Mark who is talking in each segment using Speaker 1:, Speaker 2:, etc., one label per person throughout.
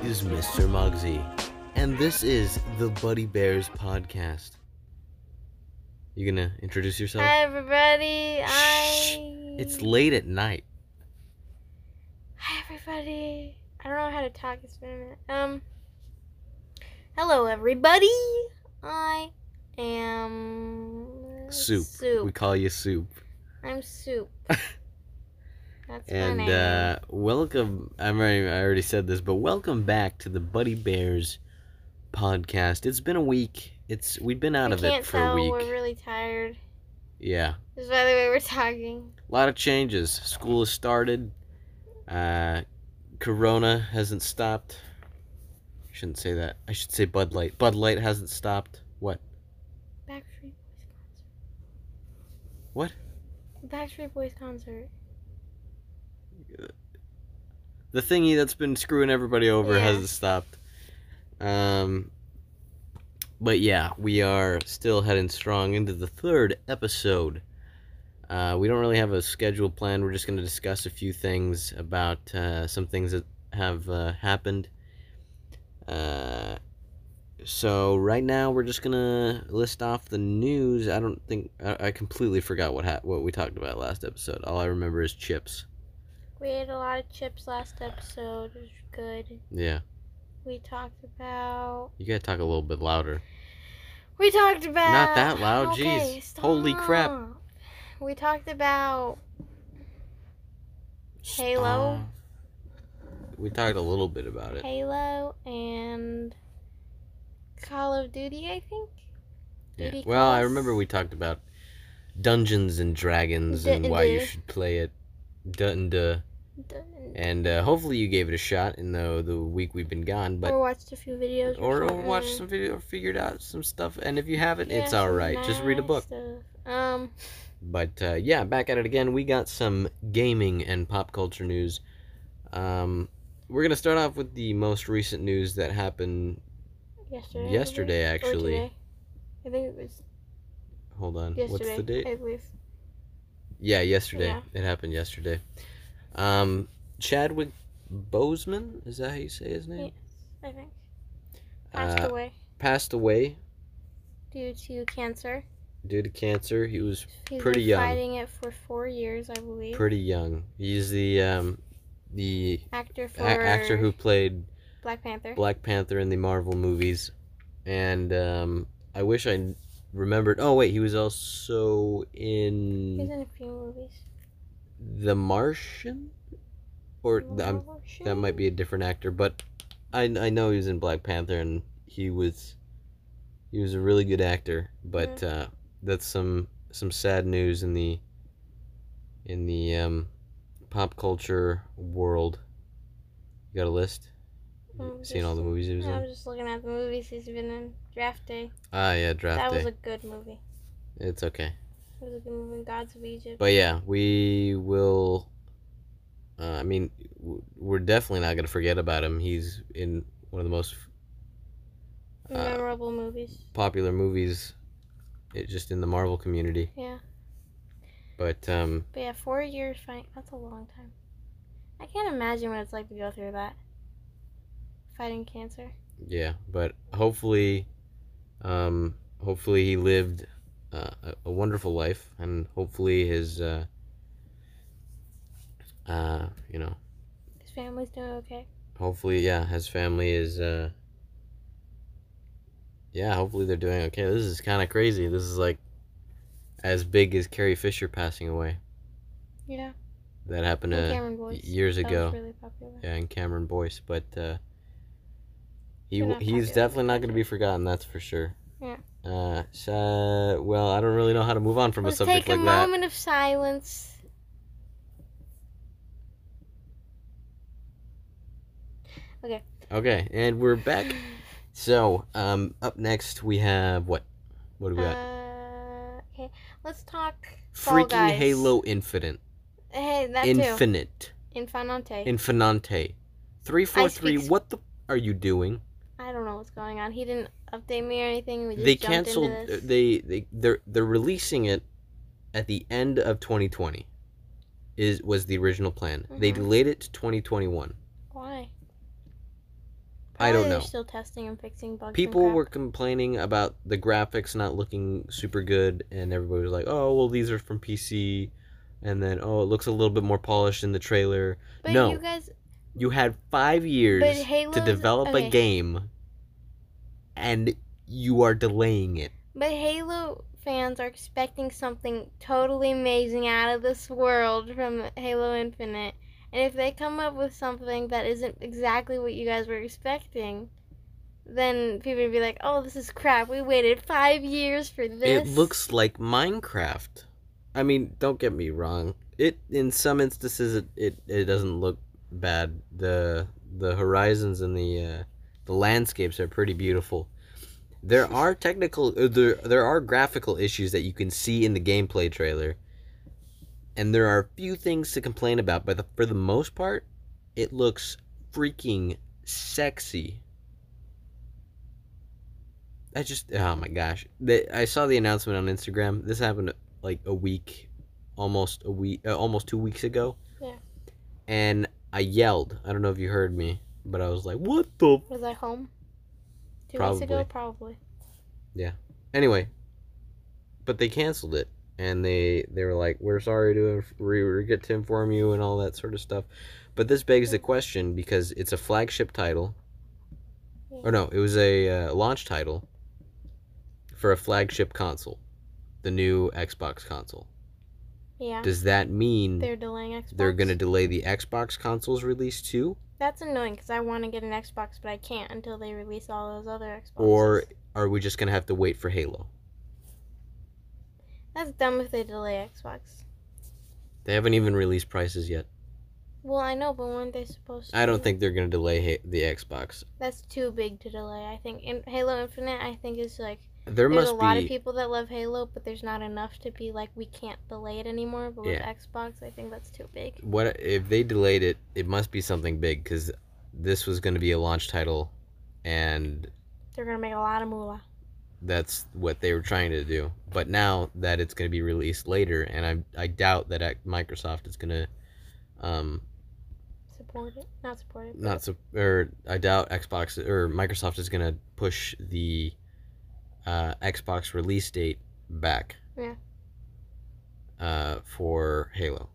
Speaker 1: Mr. Muggsy, and this is the Buddy Bears podcast. You gonna introduce yourself?
Speaker 2: Hi everybody.
Speaker 1: Shh.
Speaker 2: I
Speaker 1: It's late at night.
Speaker 2: Hi everybody. I don't know how to talk. It's been a minute. Um. Hello everybody. I am
Speaker 1: Soup.
Speaker 2: Soup.
Speaker 1: We call you Soup.
Speaker 2: I'm soup. That's my
Speaker 1: And
Speaker 2: name.
Speaker 1: uh, welcome. I'm already, I already said this, but welcome back to the Buddy Bears podcast. It's been a week. It's we've been out
Speaker 2: You
Speaker 1: of
Speaker 2: can't
Speaker 1: it for
Speaker 2: tell,
Speaker 1: a week.
Speaker 2: We're really tired.
Speaker 1: yeah,
Speaker 2: Just by the way we're talking.
Speaker 1: a lot of changes. School has started. Uh, corona hasn't stopped. I shouldn't say that. I should say Bud Light. Bud Light hasn't stopped. What?
Speaker 2: Backstreet Boys concert.
Speaker 1: What?
Speaker 2: Backstreet Boys concert.
Speaker 1: The thingy that's been screwing everybody over
Speaker 2: Yeah.
Speaker 1: hasn't stopped. Um, but yeah, we are still heading strong into the third episode. Uh, we don't really have a schedule planned. We're just going to discuss a few things about uh, some things that have uh, happened. Uh, so right now we're just gonna list off the news. I don't think I, I completely forgot what ha- what we talked about last episode. All I remember is chips.
Speaker 2: We ate a lot of chips last episode. It was good.
Speaker 1: Yeah.
Speaker 2: We talked about
Speaker 1: You gotta talk a little bit louder.
Speaker 2: We talked about
Speaker 1: Not that loud,
Speaker 2: Okay,
Speaker 1: jeez. Holy crap.
Speaker 2: stop. We talked about Halo?
Speaker 1: Stop. Um, We talked a little bit about it.
Speaker 2: Halo and Call of Duty, I think.
Speaker 1: Yeah.
Speaker 2: Duty
Speaker 1: Well, I
Speaker 2: calls.
Speaker 1: remember we talked about Dungeons and Dragons and why you
Speaker 2: Duh-duh.
Speaker 1: should play it. Dunda.
Speaker 2: D-
Speaker 1: And uh, hopefully you gave it a shot in the the week we've been gone, but
Speaker 2: or watched a few videos.
Speaker 1: or, or
Speaker 2: something.
Speaker 1: watch some video, figured out some stuff, and if you haven't,
Speaker 2: Yeah,
Speaker 1: it's
Speaker 2: some
Speaker 1: all right. Just read a
Speaker 2: nice
Speaker 1: book.
Speaker 2: stuff. Um,
Speaker 1: But uh, yeah, back at it again. We got some gaming and pop culture news. Um, we're gonna start off with the most recent news that happened
Speaker 2: yesterday. I
Speaker 1: yesterday.
Speaker 2: believe, or
Speaker 1: Actually,
Speaker 2: today. I think it was
Speaker 1: hold on.
Speaker 2: yesterday.
Speaker 1: What's the date?
Speaker 2: I believe.
Speaker 1: Yeah, yesterday.
Speaker 2: Yeah.
Speaker 1: It happened yesterday. Um, Chadwick Boseman is that how you say his name?
Speaker 2: Yes, I think. Passed
Speaker 1: uh,
Speaker 2: away
Speaker 1: Passed away
Speaker 2: due to cancer.
Speaker 1: due to cancer. He was
Speaker 2: He's
Speaker 1: Pretty
Speaker 2: been
Speaker 1: young.
Speaker 2: fighting it for four years, I believe.
Speaker 1: pretty young. He's the um, the
Speaker 2: actor for
Speaker 1: a- actor who played
Speaker 2: Black Panther.
Speaker 1: Black Panther in the Marvel movies, and um, I wish I remembered. Oh wait, he was also
Speaker 2: He's
Speaker 1: in
Speaker 2: in a few movies.
Speaker 1: The Martian, or th- I'm-
Speaker 2: Oh,
Speaker 1: that might be a different actor, but I I know he was in Black Panther, and he was he was a really good actor. But
Speaker 2: Mm-hmm.
Speaker 1: uh, that's some some sad news in the in the um, pop culture world. You got a list?
Speaker 2: I'm Mm, just-
Speaker 1: Seeing all the movies he was
Speaker 2: I
Speaker 1: in.
Speaker 2: was just looking at the movies he's been in. Draft Day.
Speaker 1: Ah, yeah, Draft
Speaker 2: that
Speaker 1: Day.
Speaker 2: was a good movie.
Speaker 1: It's okay.
Speaker 2: It was a good movie. Gods of Egypt.
Speaker 1: But yeah, we will. Uh, I mean, w- we're definitely not going to forget about him. He's in one of the most uh,
Speaker 2: Memorable movies.
Speaker 1: popular movies it, just in the Marvel community.
Speaker 2: Yeah.
Speaker 1: But um,
Speaker 2: But yeah, four years fighting. That's a long time. I can't imagine what it's like to go through that. Fighting cancer.
Speaker 1: yeah, but hopefully, um, hopefully he lived uh, a, a wonderful life, and hopefully his, uh, uh, you know,
Speaker 2: His family's doing okay.
Speaker 1: hopefully yeah his family is uh yeah hopefully they're doing okay this is kind of crazy this is like as big as carrie fisher passing away
Speaker 2: Yeah.
Speaker 1: that happened
Speaker 2: And
Speaker 1: uh,
Speaker 2: Cameron Boyce.
Speaker 1: years
Speaker 2: That
Speaker 1: ago
Speaker 2: was really popular.
Speaker 1: yeah and cameron boyce but uh he,
Speaker 2: They're not
Speaker 1: he's
Speaker 2: popular,
Speaker 1: definitely not going to be forgotten that's for sure
Speaker 2: Yeah.
Speaker 1: uh so, well i don't really know how to move on from
Speaker 2: Let's
Speaker 1: a subject
Speaker 2: take a
Speaker 1: like that
Speaker 2: moment of silence.
Speaker 1: okay and we're back so um up next we have what what do we got
Speaker 2: Uh, okay, let's talk. Fall
Speaker 1: freaking
Speaker 2: Guys.
Speaker 1: halo infinite
Speaker 2: Hey, that too.
Speaker 1: Infinite.
Speaker 2: Infanante.
Speaker 1: Infinante. 343,
Speaker 2: speak-
Speaker 1: what the f- are you doing?
Speaker 2: I don't know what's going on. He didn't update me or anything. We just
Speaker 1: They
Speaker 2: jumped
Speaker 1: canceled uh,
Speaker 2: Into this.
Speaker 1: they they they're they're releasing it at the end of 2020. Is
Speaker 2: Mm-hmm.
Speaker 1: was the original plan. They
Speaker 2: Mhm.
Speaker 1: delayed it to 2021.
Speaker 2: Why?
Speaker 1: I don't
Speaker 2: Probably they're
Speaker 1: know.
Speaker 2: Still testing and fixing bugs. and
Speaker 1: People
Speaker 2: crap.
Speaker 1: were complaining about the graphics not looking super good, and everybody was like, "Oh, well, these are from PC," and then, "Oh, it looks a little bit more polished in the trailer."
Speaker 2: But
Speaker 1: no.
Speaker 2: you guys,
Speaker 1: You had five years
Speaker 2: but Halo
Speaker 1: to develop
Speaker 2: okay.
Speaker 1: a game, and you are delaying it.
Speaker 2: But Halo fans are expecting something totally amazing out of this world from Halo Infinite. And if they come up with something that isn't exactly what you guys were expecting, then people would be like, "Oh, this is crap. We waited 5 years for
Speaker 1: It
Speaker 2: this."
Speaker 1: looks like Minecraft. I mean, don't get me wrong. It in some instances it, it, it doesn't look bad. The the horizons and the uh, the landscapes are pretty beautiful. There are technical uh, there there are graphical issues that you can see in the gameplay trailer. And there are few things to complain about, but the, for the most part, it looks freaking sexy. I just oh my gosh. They, I saw the announcement on Instagram. This happened like a week, almost a week, uh, almost two weeks ago.
Speaker 2: Yeah.
Speaker 1: And I yelled. I don't know if you heard me, but I was like, "What the?"
Speaker 2: Was I home? 2 weeks
Speaker 1: Probably.
Speaker 2: ago probably.
Speaker 1: Anyway. But they canceled it, and they they were like, "We're sorry to inf- we regret to inform you," and all that sort of stuff. But this begs the question because it's a flagship title.
Speaker 2: Yeah.
Speaker 1: Or no, it was a uh, launch title for a flagship console, the new Xbox console.
Speaker 2: Yeah.
Speaker 1: Does that mean they're,
Speaker 2: They're delaying Xbox.
Speaker 1: going to delay the Xbox console's release too?
Speaker 2: That's annoying cuz I want to get an Xbox, but I can't until they release all those other Xboxes.
Speaker 1: Or are we just going to have to wait for Halo?
Speaker 2: That's dumb if they delay Xbox.
Speaker 1: They haven't even released prices yet.
Speaker 2: Well, I know, but weren't they supposed to?
Speaker 1: I don't think they're going to delay ha- the Xbox.
Speaker 2: that's too big to delay. I think in Halo Infinite, I think is like
Speaker 1: There
Speaker 2: there's
Speaker 1: must
Speaker 2: a lot
Speaker 1: be
Speaker 2: of people that love Halo, but there's not enough to be like we can't delay it anymore. But with
Speaker 1: Yeah.
Speaker 2: Xbox, I think that's too big.
Speaker 1: what if they delayed it? It must be something big cuz this was going to be a launch title and
Speaker 2: They're gonna make a lot of moolah.
Speaker 1: that's what they were trying to do. But now that it's going to be released later, and I I doubt that ac- Microsoft is going to, um,
Speaker 2: Support it, not support it.
Speaker 1: not so or I doubt Xbox or Microsoft is going to push the, uh, Xbox release date back.
Speaker 2: Yeah.
Speaker 1: Uh, for Halo.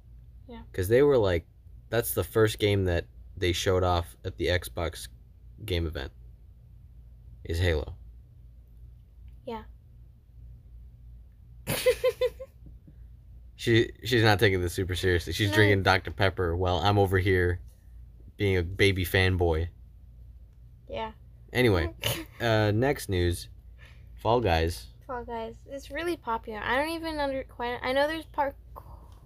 Speaker 2: Yeah.
Speaker 1: Because they were like, that's the first game that they showed off at the Xbox game event. Is Halo. She she's not taking this super seriously. She's
Speaker 2: No.
Speaker 1: drinking Dr Pepper while I'm over here being a baby fanboy.
Speaker 2: yeah.
Speaker 1: Anyway, uh, next news, Fall Guys.
Speaker 2: Fall Guys, it's really popular. I don't even under quite. I know there's part.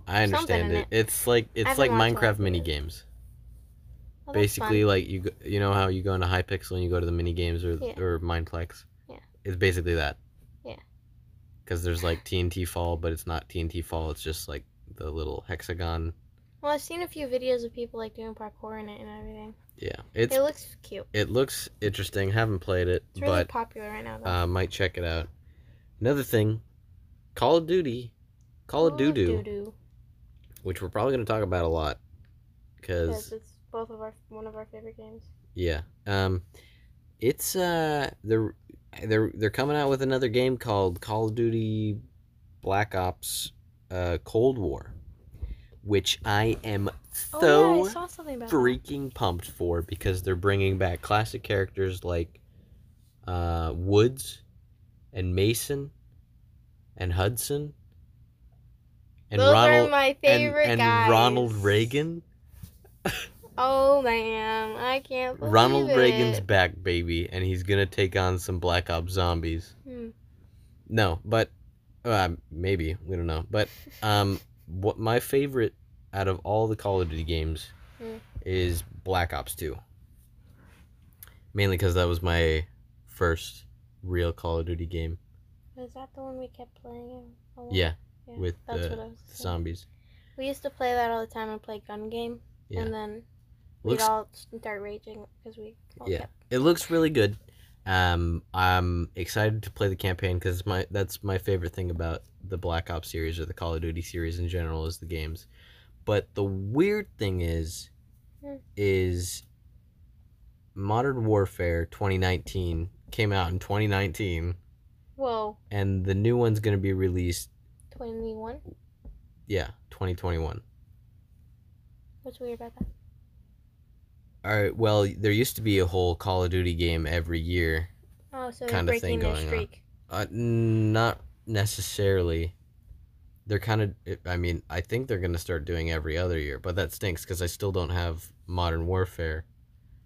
Speaker 1: I
Speaker 2: Something
Speaker 1: understand
Speaker 2: in
Speaker 1: it.
Speaker 2: it.
Speaker 1: It's like it's
Speaker 2: haven't
Speaker 1: like
Speaker 2: watched a lot
Speaker 1: Minecraft
Speaker 2: of
Speaker 1: mini
Speaker 2: it.
Speaker 1: games.
Speaker 2: Oh, that's
Speaker 1: basically,
Speaker 2: fun.
Speaker 1: like you go, you know how you go into Hypixel and you go to the mini games or
Speaker 2: Yeah.
Speaker 1: or Mineplex.
Speaker 2: Yeah.
Speaker 1: It's basically that.
Speaker 2: Yeah.
Speaker 1: Because there's like TNT Fall, but it's not TNT Fall. It's just like the little hexagon.
Speaker 2: Well, I've seen a few videos of people like doing parkour in it and everything.
Speaker 1: Yeah. It's
Speaker 2: it looks cute.
Speaker 1: it looks interesting. Haven't played it,
Speaker 2: It's really
Speaker 1: but
Speaker 2: popular right now. Though.
Speaker 1: uh, might check it out. Another thing, Call of Duty, Call of
Speaker 2: Ooh,
Speaker 1: Doo,
Speaker 2: doo-doo.
Speaker 1: which we're probably gonna talk about a lot,
Speaker 2: Because
Speaker 1: because
Speaker 2: it's both of our one of our favorite games.
Speaker 1: yeah, um, it's uh they're they're they're coming out with another game called Call of Duty Black Ops uh, Cold War, which I am so
Speaker 2: oh yeah, I saw something about
Speaker 1: freaking pumped for because they're bringing back classic characters like uh, Woods and Mason and Hudson and
Speaker 2: Those are
Speaker 1: Ronald
Speaker 2: my
Speaker 1: and,
Speaker 2: favorite
Speaker 1: and
Speaker 2: guys.
Speaker 1: Ronald Reagan.
Speaker 2: Oh man, I can't believe
Speaker 1: Ronald
Speaker 2: it.
Speaker 1: Reagan's back, baby, and he's gonna take on some Black Ops zombies.
Speaker 2: Hmm.
Speaker 1: No, but uh, maybe we don't know. But um, what my favorite out of all the Call of Duty games
Speaker 2: Hmm.
Speaker 1: is Black Ops Two. Mainly because that was my first real Call of Duty game.
Speaker 2: Was that the one we kept playing? a lot?
Speaker 1: Yeah,
Speaker 2: Yeah,
Speaker 1: with
Speaker 2: that's
Speaker 1: the,
Speaker 2: what I was
Speaker 1: the
Speaker 2: saying.
Speaker 1: zombies.
Speaker 2: We used to play that all the time and play gun game,
Speaker 1: Yeah.
Speaker 2: and then we'd
Speaker 1: Looks
Speaker 2: all start raging because we all
Speaker 1: Yeah.
Speaker 2: kept.
Speaker 1: it looks really good. Um, I'm excited to play the campaign because my that's my favorite thing about the Black Ops series or the Call of Duty series in general is the games. But the weird thing is,
Speaker 2: Hmm.
Speaker 1: is Modern Warfare 2019 came out in 2019,
Speaker 2: Whoa,
Speaker 1: and the new one's gonna be released.
Speaker 2: 21?
Speaker 1: Yeah, 2021.
Speaker 2: What's weird about that?
Speaker 1: All right. Well, there used to be a whole Call of Duty game every year.
Speaker 2: Oh, so they're
Speaker 1: Kinda thing
Speaker 2: breaking their
Speaker 1: going on.
Speaker 2: streak.
Speaker 1: Uh, n- not necessarily. They're kind of. I mean, I think they're gonna start doing every other year, but that stinks because I still don't have Modern Warfare.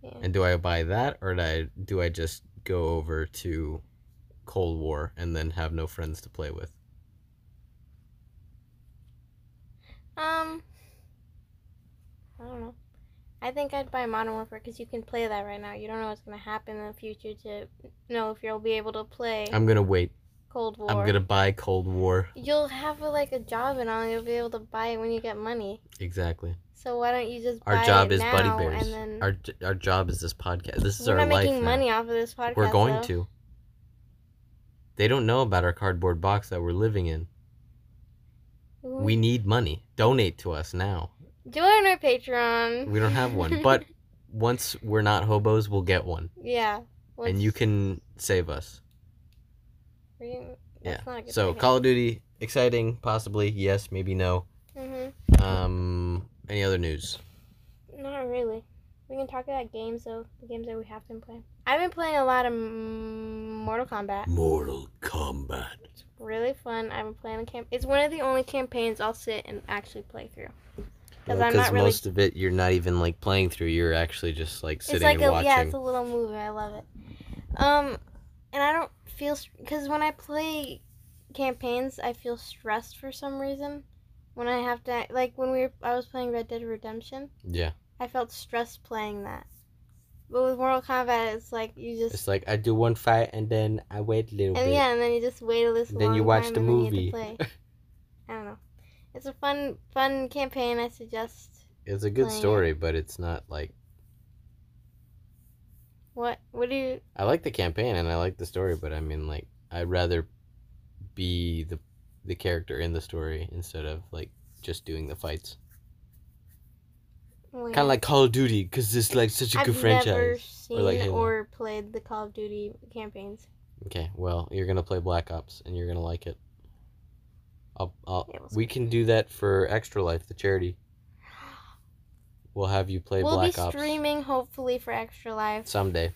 Speaker 2: Yeah.
Speaker 1: And do I buy that, or do I do I just go over to Cold War and then have no friends to play with?
Speaker 2: Um, I don't know. I think I'd buy Modern Warfare because you can play that right now. You don't know what's gonna happen in the future to know if you'll be able to play
Speaker 1: I'm gonna wait.
Speaker 2: Cold War.
Speaker 1: I'm gonna buy Cold War.
Speaker 2: You'll have like a job and all. You'll be able to buy it when you get money.
Speaker 1: Exactly.
Speaker 2: So why don't you just
Speaker 1: Our
Speaker 2: buy
Speaker 1: job
Speaker 2: it
Speaker 1: is
Speaker 2: now
Speaker 1: buddy bears.
Speaker 2: and then
Speaker 1: Our j- our job is this podcast. This is
Speaker 2: we're
Speaker 1: our
Speaker 2: not
Speaker 1: life.
Speaker 2: making
Speaker 1: now.
Speaker 2: money off of this podcast.
Speaker 1: We're going
Speaker 2: though.
Speaker 1: to. They don't know about our cardboard box that we're living in. We need money. Donate to us now.
Speaker 2: join our Patreon.
Speaker 1: We don't have one, but once we're not hobos, we'll get one,
Speaker 2: yeah,
Speaker 1: and you can save us.
Speaker 2: yeah.
Speaker 1: yeah. So Call of Duty, exciting, possibly yes, maybe no.
Speaker 2: hmm
Speaker 1: Um, any other news?
Speaker 2: Not really. We can talk about games though. The games that we have been playing. I've been playing a lot of mm, Mortal Kombat.
Speaker 1: Mortal Kombat.
Speaker 2: It's really fun. I've been playing a camp. It's one of the only campaigns I'll sit and actually play through.
Speaker 1: Because
Speaker 2: Because I'm not really.
Speaker 1: most of it, you're not even like playing through. You're actually just like sitting
Speaker 2: it's like
Speaker 1: and
Speaker 2: a
Speaker 1: watching.
Speaker 2: yeah, it's a little movie. I love it. Um, and I don't feel because when I play campaigns, I feel stressed for some reason. When I have to like when we were, I was playing Red Dead Redemption,
Speaker 1: yeah,
Speaker 2: I felt stressed playing that. But with Mortal Kombat, it's like you just
Speaker 1: it's like I do one fight and then I wait a little
Speaker 2: And
Speaker 1: bit.
Speaker 2: Oh, yeah, and then you just wait a little.
Speaker 1: Then you
Speaker 2: long
Speaker 1: watch
Speaker 2: time
Speaker 1: the
Speaker 2: and then you get to
Speaker 1: movie.
Speaker 2: play. I don't know. It's a fun, fun campaign. I suggest.
Speaker 1: It's a good
Speaker 2: playing it.
Speaker 1: story, but it's not like
Speaker 2: What? What do you?
Speaker 1: I like the campaign and I like the story, but I mean like I'd rather be the the character in the story instead of like just doing the fights.
Speaker 2: Well,
Speaker 1: Kind of like Call of Duty because it's like such a
Speaker 2: I've
Speaker 1: good
Speaker 2: never
Speaker 1: franchise.
Speaker 2: seen
Speaker 1: Or
Speaker 2: or,
Speaker 1: like Halo.
Speaker 2: played the Call of Duty campaigns.
Speaker 1: Okay, well you're gonna play Black Ops and you're gonna like it. I'll, I'll,
Speaker 2: It was
Speaker 1: we can do that for Extra Life, the charity. We'll have you play
Speaker 2: we'll
Speaker 1: Black
Speaker 2: be
Speaker 1: Ops
Speaker 2: streaming hopefully for Extra Life.
Speaker 1: someday.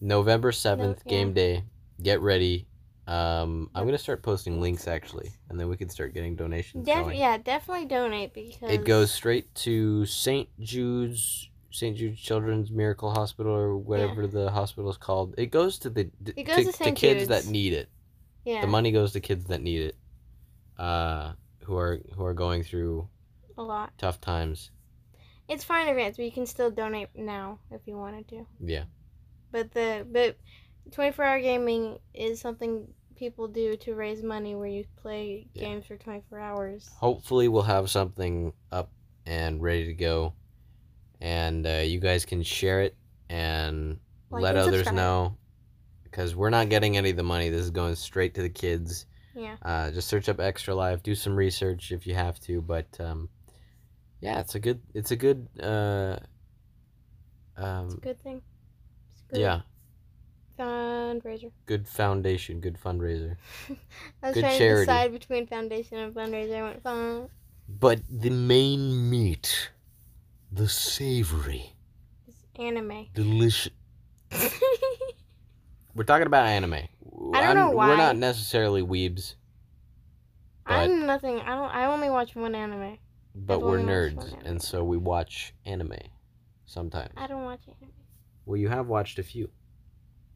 Speaker 1: November seventh,
Speaker 2: yeah.
Speaker 1: game day. Get ready. Um, I'm
Speaker 2: Yep.
Speaker 1: gonna start posting links actually, and then we can start getting donations.
Speaker 2: Def-
Speaker 1: going.
Speaker 2: yeah, definitely donate because
Speaker 1: It goes straight to St. Jude's St. Jude's Children's Miracle Hospital or whatever the hospital is called. It goes to the
Speaker 2: It goes to St.
Speaker 1: kids that
Speaker 2: Jude's.
Speaker 1: need it.
Speaker 2: Yeah,
Speaker 1: The money goes to kids that need it. Uh, who are who are going through
Speaker 2: a lot.
Speaker 1: tough times.
Speaker 2: It's far in advance, but you can still donate now if you wanted to.
Speaker 1: Yeah.
Speaker 2: But the but twenty four hour gaming is something people do to raise money where you play
Speaker 1: Yeah.
Speaker 2: games for twenty four hours.
Speaker 1: Hopefully we'll have something up and ready to go and uh, you guys can share it and
Speaker 2: Like
Speaker 1: let
Speaker 2: and
Speaker 1: others
Speaker 2: subscribe.
Speaker 1: know because we're not getting any of the money. This is going straight to the kids.
Speaker 2: Yeah.
Speaker 1: uh, just search up extra life do some research if you have to but um, yeah it's a good it's a good uh,
Speaker 2: It's a
Speaker 1: um,
Speaker 2: good thing. It's a good
Speaker 1: yeah
Speaker 2: fundraiser.
Speaker 1: good foundation good fundraiser
Speaker 2: I was
Speaker 1: Good
Speaker 2: trying
Speaker 1: charity.
Speaker 2: to decide between foundation and fundraiser. I went fun.
Speaker 1: but the main meat the savory
Speaker 2: It's anime.
Speaker 1: delicious we're talking about anime i
Speaker 2: I don't know
Speaker 1: we're
Speaker 2: why.
Speaker 1: not necessarily weebs But-
Speaker 2: I'm nothing. I don't. I only watch one anime.
Speaker 1: but
Speaker 2: I've
Speaker 1: we're
Speaker 2: only watched
Speaker 1: nerds
Speaker 2: one anime.
Speaker 1: and so we watch anime sometimes
Speaker 2: I don't watch anime.
Speaker 1: well you have watched a few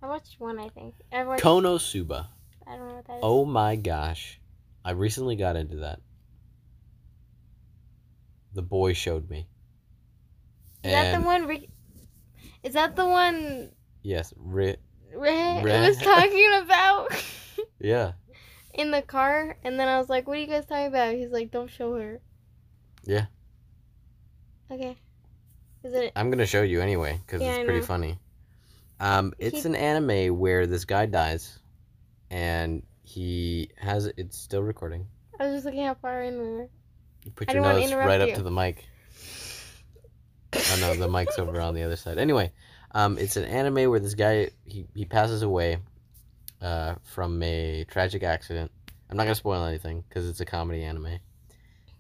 Speaker 2: I watched one. I think. I watched.
Speaker 1: konosuba
Speaker 2: I don't know what that is.
Speaker 1: Oh my gosh. I recently got into that. The boy showed me.
Speaker 2: Is that
Speaker 1: And-
Speaker 2: the one? Re- is that the one?
Speaker 1: Yes, ri-
Speaker 2: Re-
Speaker 1: Re-
Speaker 2: was talking about.
Speaker 1: yeah,
Speaker 2: in the car, and then I was like, "What are you guys talking about?" He's like, "Don't show her."
Speaker 1: Yeah.
Speaker 2: Okay. Is it?
Speaker 1: I'm gonna show you anyway because
Speaker 2: Yeah,
Speaker 1: it's
Speaker 2: I
Speaker 1: pretty
Speaker 2: know.
Speaker 1: funny. Um, it's
Speaker 2: He-
Speaker 1: an anime where this guy dies, and he has it's still recording.
Speaker 2: I was just looking how far in we were.
Speaker 1: You put
Speaker 2: I
Speaker 1: your
Speaker 2: didn't wanna
Speaker 1: nose
Speaker 2: interrupt
Speaker 1: right up
Speaker 2: you.
Speaker 1: to the mic. Oh no, the mic's over on the other side. Anyway, um, it's an anime where this guy he, he passes away, uh, from a tragic accident. I'm not gonna spoil anything because it's a comedy anime,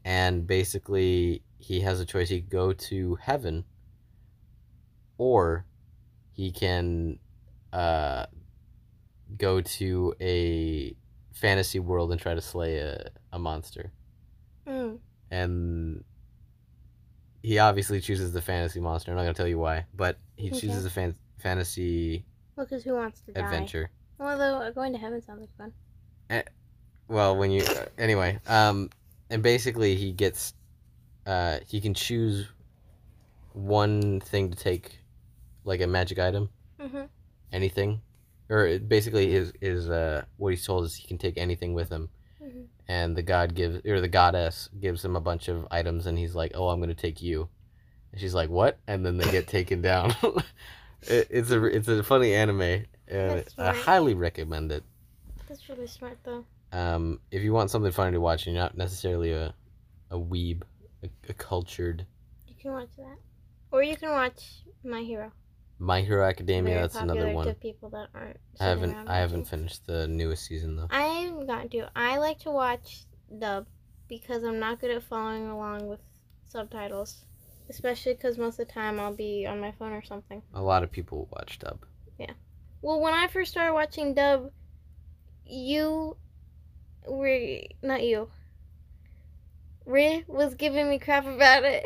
Speaker 1: and basically he has a choice: he could go to heaven, or he can, uh, go to a fantasy world and try to slay a, a monster.
Speaker 2: Mm.
Speaker 1: And he obviously chooses the fantasy monster. I'm not gonna tell you why, but he
Speaker 2: Okay.
Speaker 1: chooses a fan- fantasy
Speaker 2: Well, because who wants to die?
Speaker 1: adventure.
Speaker 2: Although uh, going to heaven sounds like fun.
Speaker 1: well when you uh, anyway um and basically he gets uh he can choose one thing to take like a magic item
Speaker 2: Mm-hmm.
Speaker 1: anything or it basically is is uh what he's told is he can take anything with him
Speaker 2: Mhm.
Speaker 1: and the god gives or the goddess gives him a bunch of items and he's like oh i'm gonna take you and she's like what and then they get taken down it, it's a it's a funny anime and
Speaker 2: That's
Speaker 1: i
Speaker 2: right.
Speaker 1: highly recommend it
Speaker 2: That's really smart, though.
Speaker 1: um, if you want something funny to watch and you're not necessarily a, a weeb, a, a cultured
Speaker 2: You can watch that, or you can watch My Hero.
Speaker 1: My Hero Academia,
Speaker 2: Very
Speaker 1: that's another one.
Speaker 2: popular To people that aren't.
Speaker 1: I
Speaker 2: sitting
Speaker 1: haven't
Speaker 2: around
Speaker 1: I haven't
Speaker 2: watching.
Speaker 1: finished the newest season though.
Speaker 2: I haven't gotten to. I like to watch dub because I'm not good at following along with subtitles, especially because most of the time I'll be on my phone or something.
Speaker 1: A lot of people watched up.
Speaker 2: Well, when I first started watching dub, you were not you. Ray was giving me crap about it.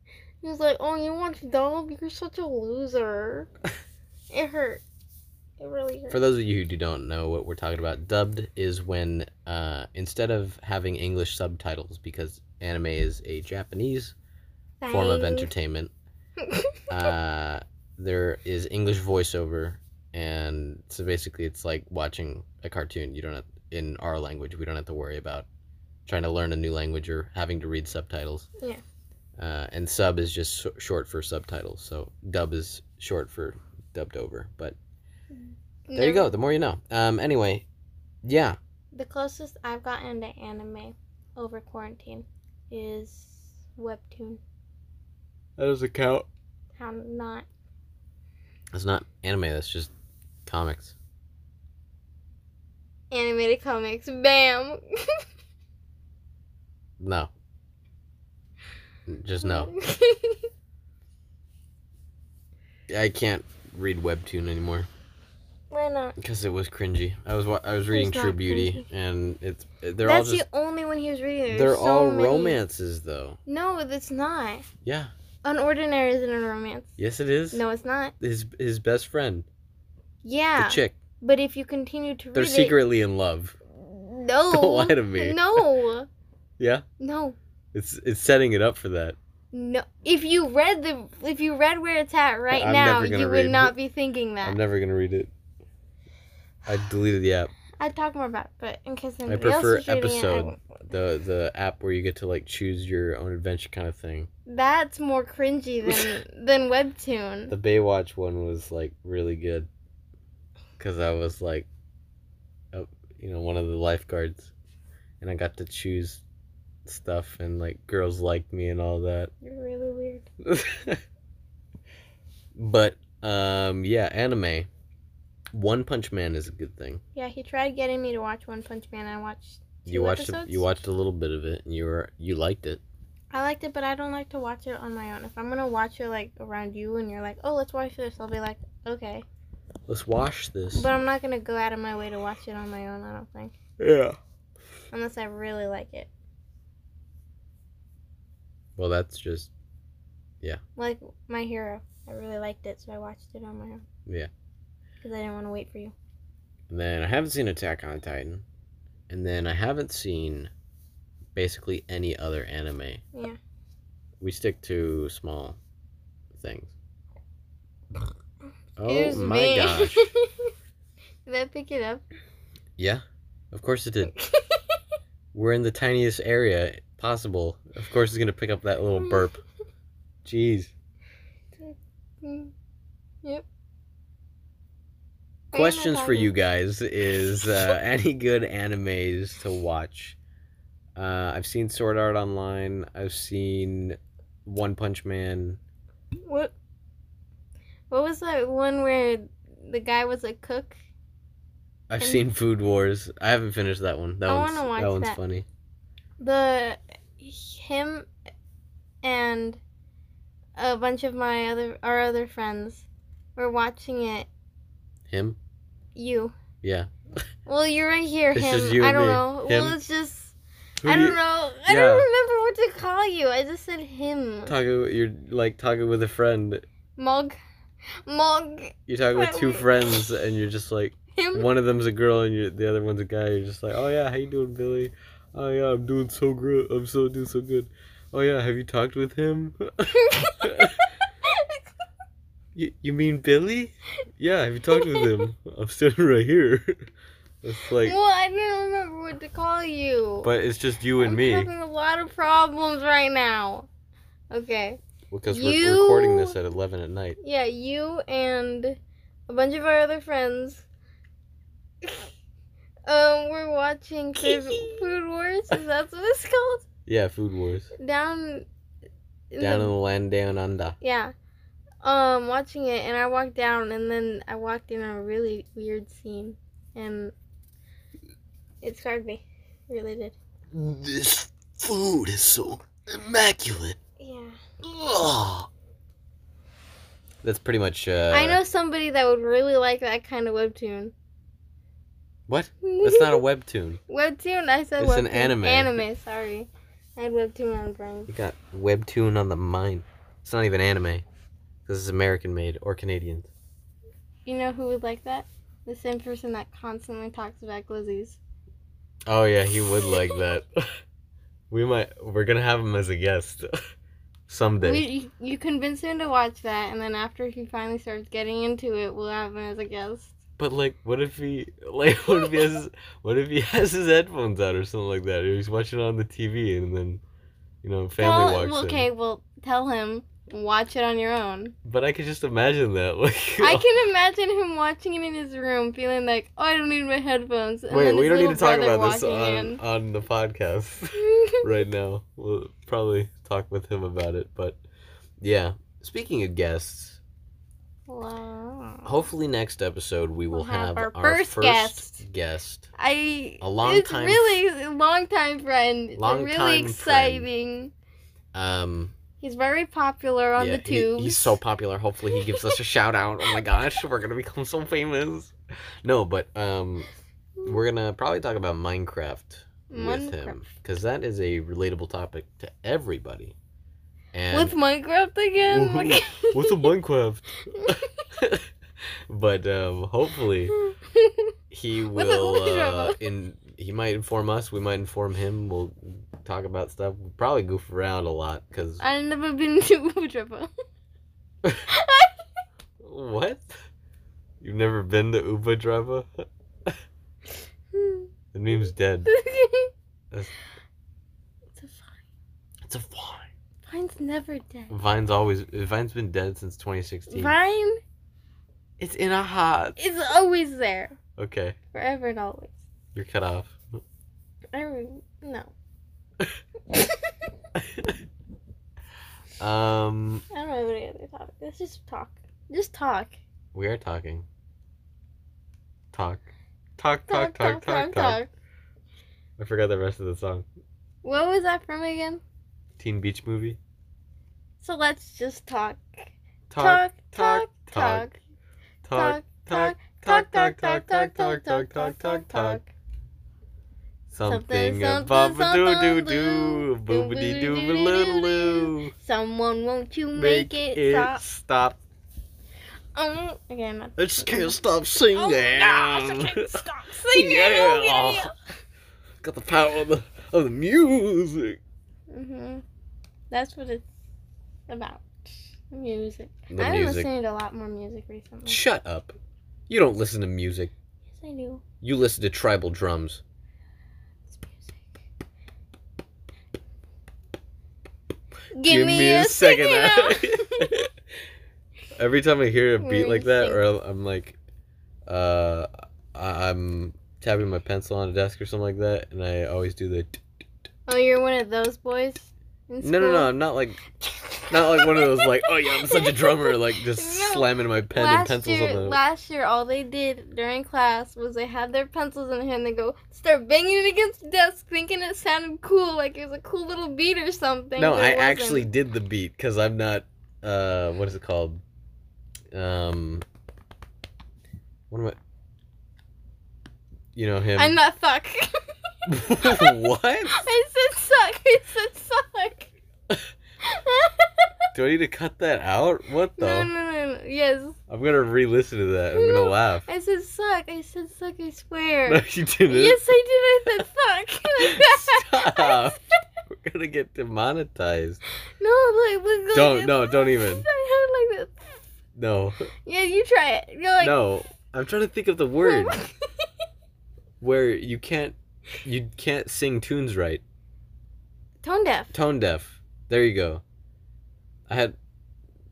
Speaker 2: he was like, "Oh, you watch dub? You're such a loser." it hurt. It really hurt.
Speaker 1: For those of you who don't know what we're talking about, dubbed is when uh, instead of having English subtitles because anime is a Japanese form of
Speaker 2: Thanks.
Speaker 1: entertainment, uh, there is English voiceover, and so basically it's like watching a cartoon. You don't have, in our language, we don't have to worry about trying to learn a new language or having to read subtitles.
Speaker 2: Yeah.
Speaker 1: Uh, and sub is just so- short for subtitles, so dub is short for dubbed over. But there you
Speaker 2: Never-
Speaker 1: go. The more you know. Um. Anyway, yeah.
Speaker 2: The closest I've gotten to anime over quarantine is webtoon.
Speaker 1: That doesn't count.
Speaker 2: How not?
Speaker 1: That's not anime. That's just comics.
Speaker 2: Animated comics. Bam!
Speaker 1: No. Just no. I can't read webtoon anymore.
Speaker 2: Why not?
Speaker 1: Because it was cringy. I was wa- I was reading
Speaker 2: not
Speaker 1: True Beauty,
Speaker 2: cringy.
Speaker 1: and it's they're
Speaker 2: That's
Speaker 1: all just
Speaker 2: the only one he was reading. There's
Speaker 1: they're
Speaker 2: so
Speaker 1: all
Speaker 2: many.
Speaker 1: romances though.
Speaker 2: No, that's not.
Speaker 1: Yeah.
Speaker 2: Unordinary isn't a romance.
Speaker 1: Yes, it is.
Speaker 2: No, it's not.
Speaker 1: His his best friend,
Speaker 2: Yeah,
Speaker 1: the chick.
Speaker 2: but if you continue to
Speaker 1: They're
Speaker 2: read
Speaker 1: secretly in love.
Speaker 2: it, no,
Speaker 1: Don't lie to me.
Speaker 2: No,
Speaker 1: Yeah.
Speaker 2: no,
Speaker 1: It's it's setting it up for that.
Speaker 2: no. If you read the, if you read where it's at right
Speaker 1: I'm
Speaker 2: now,
Speaker 1: never gonna
Speaker 2: you
Speaker 1: read
Speaker 2: would not be thinking that.
Speaker 1: I'm never gonna read it. I deleted the app.
Speaker 2: I'd talk more about, it, but in case
Speaker 1: I
Speaker 2: anybody
Speaker 1: prefer
Speaker 2: else is reading It, I
Speaker 1: episode.
Speaker 2: won't.
Speaker 1: The the app where you get to like choose your own adventure kind of thing.
Speaker 2: that's more cringy than than webtoon.
Speaker 1: The Baywatch one was like really good, cause I was like, a, you know, one of the lifeguards, and I got to choose stuff, and like girls liked me and all that.
Speaker 2: You're really weird.
Speaker 1: but um, yeah, anime. One Punch Man is a good thing.
Speaker 2: Yeah, he tried getting me to watch One Punch Man. I watched.
Speaker 1: you
Speaker 2: Two
Speaker 1: watched a,
Speaker 2: episodes?
Speaker 1: you watched a little bit of it, and you were you liked it.
Speaker 2: I liked it, but I don't like to watch it on my own. If I'm gonna watch it like around you, and you're like, "Oh, let's watch this," I'll be like, "Okay,"
Speaker 1: Let's wash this.
Speaker 2: but I'm not gonna go out of my way to watch it on my own. I don't think,
Speaker 1: Yeah.
Speaker 2: unless I really like it.
Speaker 1: Well, that's just
Speaker 2: Like My Hero, I really liked it, so I watched it on my own.
Speaker 1: Yeah.
Speaker 2: Because I didn't want to wait for you.
Speaker 1: And then I haven't seen Attack on Titan. And then I haven't seen basically any other anime.
Speaker 2: Yeah.
Speaker 1: We stick to small things. Oh
Speaker 2: Excuse
Speaker 1: my
Speaker 2: me.
Speaker 1: gosh.
Speaker 2: Did I pick it up?
Speaker 1: Yeah. Of course it did. We're in the tiniest area possible. Of course it's going to pick up that little burp. Jeez.
Speaker 2: Mm. yep. Why am I
Speaker 1: questions for
Speaker 2: talking?
Speaker 1: you guys is uh, any good animes to watch uh, i've seen sword art online i've seen one punch man
Speaker 2: What? What was that one where the guy was a cook?
Speaker 1: I've
Speaker 2: And-
Speaker 1: seen Food Wars. I haven't finished that one. That
Speaker 2: I
Speaker 1: one's
Speaker 2: wanna watch
Speaker 1: that one's
Speaker 2: that.
Speaker 1: funny.
Speaker 2: The him and a bunch of my other our other friends were watching it.
Speaker 1: Him?
Speaker 2: You.
Speaker 1: Yeah.
Speaker 2: Well, you're right here.
Speaker 1: It's
Speaker 2: him.
Speaker 1: just you
Speaker 2: I
Speaker 1: and
Speaker 2: don't
Speaker 1: me.
Speaker 2: know.
Speaker 1: Him.
Speaker 2: Well, it's just.
Speaker 1: Who
Speaker 2: I
Speaker 1: do
Speaker 2: don't
Speaker 1: you-
Speaker 2: know. I
Speaker 1: Yeah.
Speaker 2: don't remember what to call you. I just said him.
Speaker 1: Talking, you're like talking with a friend.
Speaker 2: Mug. Mug.
Speaker 1: You're talking with
Speaker 2: Wait,
Speaker 1: two
Speaker 2: wait.
Speaker 1: friends, and you're just like
Speaker 2: Him.
Speaker 1: one of them's a girl and you the other one's a guy. You're just like, oh yeah, how you doing, Billy? Oh yeah, I'm doing so good. I'm so doing so good. Oh yeah, have you talked with him? you, you mean Billy? Yeah, have you talked with him? I'm standing right here. It's like,
Speaker 2: well, I didn't remember what to call you.
Speaker 1: but it's just you and
Speaker 2: I'm
Speaker 1: me
Speaker 2: having a lot of problems right now. Okay.
Speaker 1: because we're we're recording
Speaker 2: You-
Speaker 1: this at eleven at night.
Speaker 2: Yeah, you and a bunch of our other friends. um, we're watching Food, Food Wars. Is that what it's called?
Speaker 1: Yeah, Food Wars.
Speaker 2: Down. in
Speaker 1: Down
Speaker 2: the-
Speaker 1: in the land down under.
Speaker 2: Yeah. Um, watching it, and I walked down, and then I walked in a really weird scene, and it scarred me. It Really did.
Speaker 1: This food is so immaculate.
Speaker 2: Yeah.
Speaker 1: That's pretty much. Uh,
Speaker 2: I know somebody that would really like that kind of webtoon.
Speaker 1: What? That's not a webtoon.
Speaker 2: webtoon. I said
Speaker 1: It's
Speaker 2: webtoon.
Speaker 1: an anime.
Speaker 2: Anime. Sorry, I had webtoon on brain.
Speaker 1: You got webtoon on the mind. It's not even anime. This is American made or Canadian.
Speaker 2: You know who would like that? The same person that constantly talks about glizzies.
Speaker 1: Oh yeah, he would like that. we might. We're gonna have him as a guest someday.
Speaker 2: We, you, you convince him to watch that, and then after he finally starts getting into it, we'll have him as a guest.
Speaker 1: But like, what if he like what if he has his, what if he has his headphones out or something like that? Or he's watching it on the TV and then, you know, family
Speaker 2: Tell-
Speaker 1: walks
Speaker 2: okay,
Speaker 1: in.
Speaker 2: well, tell him watch it on your own.
Speaker 1: But I could just imagine that. Like, oh,
Speaker 2: I can imagine him watching it in his room, feeling like, "Oh, I don't need my headphones." And
Speaker 1: wait.
Speaker 2: then
Speaker 1: We
Speaker 2: his
Speaker 1: don't need
Speaker 2: little
Speaker 1: to talk
Speaker 2: brother
Speaker 1: about this uh, on
Speaker 2: walking
Speaker 1: on the podcast.
Speaker 2: in.
Speaker 1: right now. We'll probably talk with him about it, but yeah. Speaking of guests,
Speaker 2: Wow.
Speaker 1: hopefully next episode we will
Speaker 2: We'll
Speaker 1: have, our, first, guest.
Speaker 2: I
Speaker 1: A long
Speaker 2: it's
Speaker 1: time-
Speaker 2: really a long time friend. It's
Speaker 1: Long
Speaker 2: really
Speaker 1: time friend.
Speaker 2: exciting.
Speaker 1: Um,
Speaker 2: He's very popular on
Speaker 1: yeah,
Speaker 2: the
Speaker 1: he-
Speaker 2: tubes.
Speaker 1: he's so popular. Hopefully he gives us a shout out. Oh my gosh, we're gonna become so famous. No, but um, we're gonna probably talk about Minecraft with him because that is a relatable topic to everybody. And
Speaker 2: With Minecraft again.
Speaker 1: Woohoo. what's a Minecraft? but um, hopefully he
Speaker 2: With a-
Speaker 1: will
Speaker 2: with a
Speaker 1: uh,
Speaker 2: drama.
Speaker 1: in he might inform us we might inform him we'll talk about stuff we'll probably goof around a lot because
Speaker 2: I've never been to Utrapa.
Speaker 1: what you've never been to uba drama the meme's dead
Speaker 2: it's
Speaker 1: That's-
Speaker 2: a vine.
Speaker 1: it's a vine
Speaker 2: Vine's never dead.
Speaker 1: vine's always vine's been dead since 2016
Speaker 2: Vine
Speaker 1: it's in a hot
Speaker 2: is always there.
Speaker 1: okay
Speaker 2: Forever and always.
Speaker 1: you're cut off
Speaker 2: I re- no.
Speaker 1: um
Speaker 2: I don't know any other topic. Let's just talk. Just talk.
Speaker 1: we are talking talk talk talk talk talk talk, i forgot the rest of the song
Speaker 2: What was that from again?
Speaker 1: teen beach movie
Speaker 2: So let's just talk.
Speaker 1: talk
Speaker 2: Talk,
Speaker 1: talk talk talk
Speaker 2: talk,
Speaker 1: talk talk talk talk talk talk talk talk talk talk something
Speaker 2: Something,
Speaker 1: about
Speaker 2: something,
Speaker 1: doo doo doo
Speaker 2: something,
Speaker 1: boobity doo little loo
Speaker 2: Someone, won't you make,
Speaker 1: make
Speaker 2: it,
Speaker 1: it
Speaker 2: stop?
Speaker 1: stop
Speaker 2: Um, okay, I'm not.
Speaker 1: I just can't stop
Speaker 2: Oh,
Speaker 1: singing
Speaker 2: gosh, I can't stop singing. Oh, yeah, yeah.
Speaker 1: got the power of the of the music
Speaker 2: hmm That's what it's about. Music.
Speaker 1: the
Speaker 2: I've been
Speaker 1: music
Speaker 2: listening to a lot more music recently.
Speaker 1: shut up you don't listen to music
Speaker 2: Yes, I do.
Speaker 1: you listen to tribal drums
Speaker 2: It's music. Give, me, a, second. now.
Speaker 1: Every time I hear a
Speaker 2: We're
Speaker 1: beat
Speaker 2: in
Speaker 1: like that, or I'm- I'm like, uh, I- I'm tapping my pencil on a desk or something like that, and I always do the. T-
Speaker 2: oh, you're one of those boys. in
Speaker 1: no, no, no!
Speaker 2: school?
Speaker 1: I'm not like. Not like one of those like, oh yeah, I'm such a drummer, like just
Speaker 2: No.
Speaker 1: slamming my pen and
Speaker 2: last
Speaker 1: pencils
Speaker 2: year,
Speaker 1: on the.
Speaker 2: last year, all they did during class was they had their pencils in hand. They go start banging it against the desk, thinking it sounded cool, like it was a cool little beat or something.
Speaker 1: No,
Speaker 2: but it
Speaker 1: I
Speaker 2: wasn't.
Speaker 1: actually did the beat because I'm not. Uh, what is it called? Um, what am I? You know him.
Speaker 2: I'm not fuck.
Speaker 1: what?
Speaker 2: I said suck. I said suck.
Speaker 1: Do I need to cut that out? What the?
Speaker 2: no, no, no, no. Yes,
Speaker 1: I'm gonna re-listen to that. I'm
Speaker 2: No.
Speaker 1: gonna laugh.
Speaker 2: I said suck. I said suck. I swear.
Speaker 1: No, you didn't.
Speaker 2: yes, I did. I said fuck. Like that.
Speaker 1: Stop. We're gonna get demonetized.
Speaker 2: No, look, look, look.
Speaker 1: Don't- no, don't even.
Speaker 2: I had like that.
Speaker 1: No,
Speaker 2: Yeah, you try it. You're like
Speaker 1: no. I'm trying to think of the word where you can't, you can't sing tunes right.
Speaker 2: Tone deaf.
Speaker 1: Tone deaf. There you go. I had,